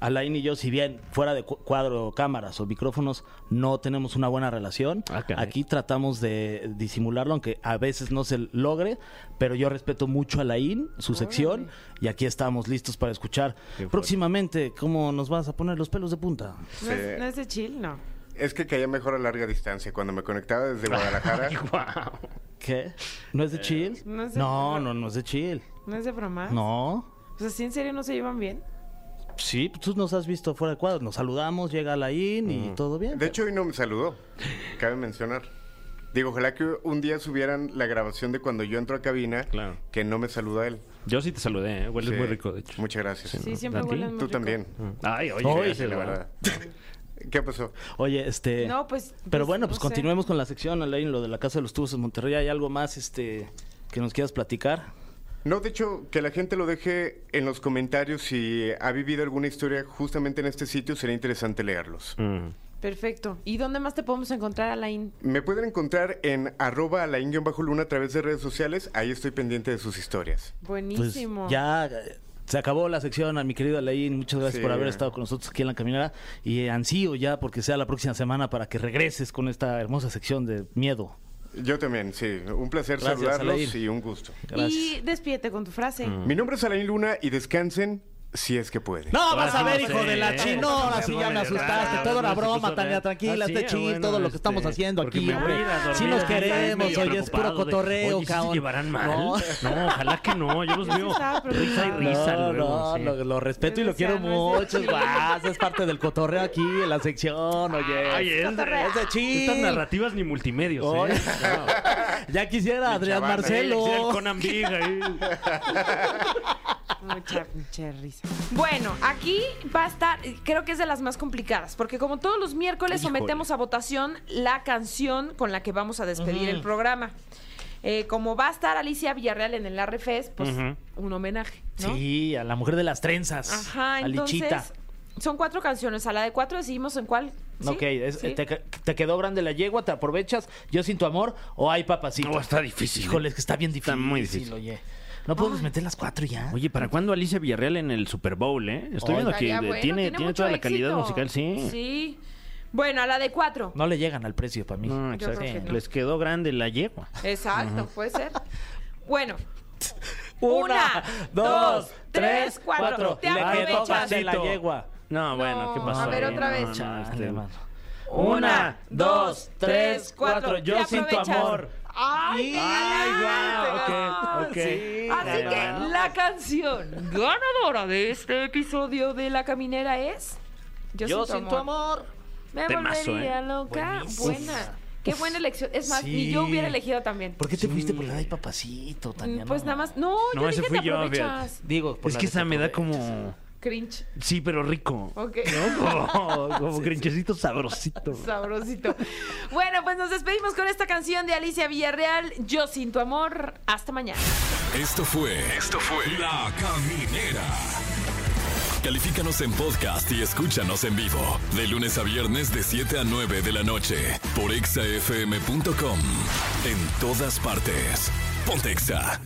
Alain y yo, si bien fuera de cu- cuadro, cámaras o micrófonos, no tenemos una buena relación,
Ah, caray.
aquí tratamos de disimularlo, aunque a veces no se logre, pero yo respeto mucho a Alain, su sección, y aquí estamos listos para escuchar
fuerte.
próximamente cómo nos vas a poner los pelos de punta.
No, es,
Sí.
no es de chill, no.
Es que caía mejor a larga distancia. Cuando me conectaba desde Guadalajara,
¡Wow!
¿Qué? ¿No
Eh,
es de chill?
no es de- ¿Ah?
no, no, no es de chill.
No es de broma.
No.
O sea, ¿sí en serio no se llevan bien?
Sí, pues tú nos has visto fuera de cuadro. Nos saludamos, llega Alain y todo bien.
De hecho, hoy no me saludó. Cabe mencionar. Digo, ojalá que un día subieran la grabación de cuando yo entro a cabina,
Claro.
que no me saluda él.
Yo sí te saludé, ¿eh? Hueles
Sí.
muy rico, de hecho.
Muchas gracias.
Sí,
¿no?
siempre
¿A ti?
huelen muy
Tú
rico.
también.
Ay, oye,
Oye,
gracias,
la verdad. ¿Qué pasó?
Oye, este.
No, pues,
Pero
pues,
bueno, pues
no sé.
continuemos con la sección, Alain, lo de la Casa de los Tubos en Monterrey. ¿Hay algo más este que nos quieras platicar?
No, de hecho, que la gente lo deje en los comentarios si ha vivido alguna historia justamente en este sitio, sería interesante leerlos.
Mm.
Perfecto. ¿Y dónde más te podemos encontrar, Alain?
Me pueden encontrar en arroba bajo luna a través de redes sociales, ahí estoy pendiente de sus historias.
Pues
Buenísimo.
ya eh, se acabó la sección, a mi querido Alain. Muchas gracias
Sí.
por haber estado con nosotros aquí en la caminera. Y eh, ansío ya porque sea la próxima semana para que regreses con esta hermosa sección de miedo.
Yo también, sí, un placer
Gracias,
saludarlos
Alain.
y un gusto.
Gracias.
Y despídete con tu frase.
Mi nombre es Alain Luna y descansen si es que pueden.
No, vas a
sí,
ver,
no
hijo
sé,
de la
¿eh?
chino. Ahora sí ya me asustaste.
Ah,
Todo era
no se
broma,
puso
Tania.
real.
Tranquila,
Ah,
este
sí,
chill,
bueno,
todo lo que
este,
estamos haciendo
porque
aquí,
me
hombre.
voy a ir a
Sí
dormir,
nos
¿sabes?
queremos,
Medio
oye, es puro
preocupado de,
cotorreo,
oye, ¿sí
cabrón.
se llevarán mal?
No.
No. ojalá que no. Yo los
Yo sí
veo
estaba
risa y
preocupada.
risa
No,
luego,
no,
sí.
lo, lo respeto y lo
O sea,
quiero
no es de
mucho.
chill.
guas, es parte del cotorreo aquí en la sección, oye.
Ay, es de-
es de chill.
Estas narrativas ni multimedios,
Oye,
¿eh?
Ya quisiera Adrián
chavana,
Marcelo.
Sí, el Conan Big ahí.
Mucha pinche risa. Bueno, aquí va a estar, creo que es de las más complicadas, porque como todos los miércoles sometemos a votación la canción con la que vamos a despedir el programa. Eh, como va a estar Alicia Villarreal en el RFES, pues
Ujú.
un homenaje, ¿no?
Sí, a la mujer de las trenzas.
Ajá,
a Lichita.
entonces son cuatro canciones. A la de cuatro decidimos en cuál. ¿sí?
Ok, es-
¿Sí?
te, te quedó grande la yegua, te aprovechas. Yo sin tu amor o hay papacito.
No, está difícil. ¿eh?
Híjole, es que está bien difícil.
Está muy difícil.
oye. No podemos meter las cuatro ya.
Oye, ¿para cuándo Alicia Villarreal en el Super Bowl, eh? Estoy viendo que
Estaría
eh,
bueno,
tiene, tiene
mucho
toda la
éxito.
calidad musical, sí.
Sí. Bueno, a la de cuatro.
No le llegan al precio para mí.
No,
Yo creo
exacto.
que no.
Les quedó grande la yegua.
Exacto, puede ser. Bueno.
Una, dos, tres, cuatro.
Te
La que toca
aprovechas.
de la yegua.
No,
No.
bueno, ¿qué pasó?
A ver,
ahí?
otra
No,
vez.
no,
Chale,
este-
hermano.
Una, dos, tres, cuatro.
Yo
Te
sin tu
aprovechas.
amor.
¡Ay,
Ay, guau,
ganaste!
ok, ok.
Así que la canción ganadora de este episodio de La Caminera es... Yo, siento amor. Me
Temazo,
volvería
¿eh?
loca.
Buenísimo.
Buena. Qué buena elección. Es más,
Sí.
ni yo hubiera elegido también.
¿Por qué te fuiste por la de ay, papacito, Tania?
Mm, Pues
No.
nada más. No,
No,
yo
ese
dije
fui
te
yo,
aprovechas.
Digo, por
Es
la
que
de
esa
te
me da
aprovechas.
como...
Cringe.
Sí, pero rico.
Ok.
¿No? Como, como grinchecito sabrosito.
Sabrosito. Bueno, pues nos despedimos con esta canción de Alicia Villarreal, Yo sin tu amor. Hasta mañana.
Esto fue. Esto fue. La Caminera. Califícanos en podcast y escúchanos en vivo. De lunes a viernes, de 7 a 9 de la noche. Por exafm.com. En todas partes. Pontexa.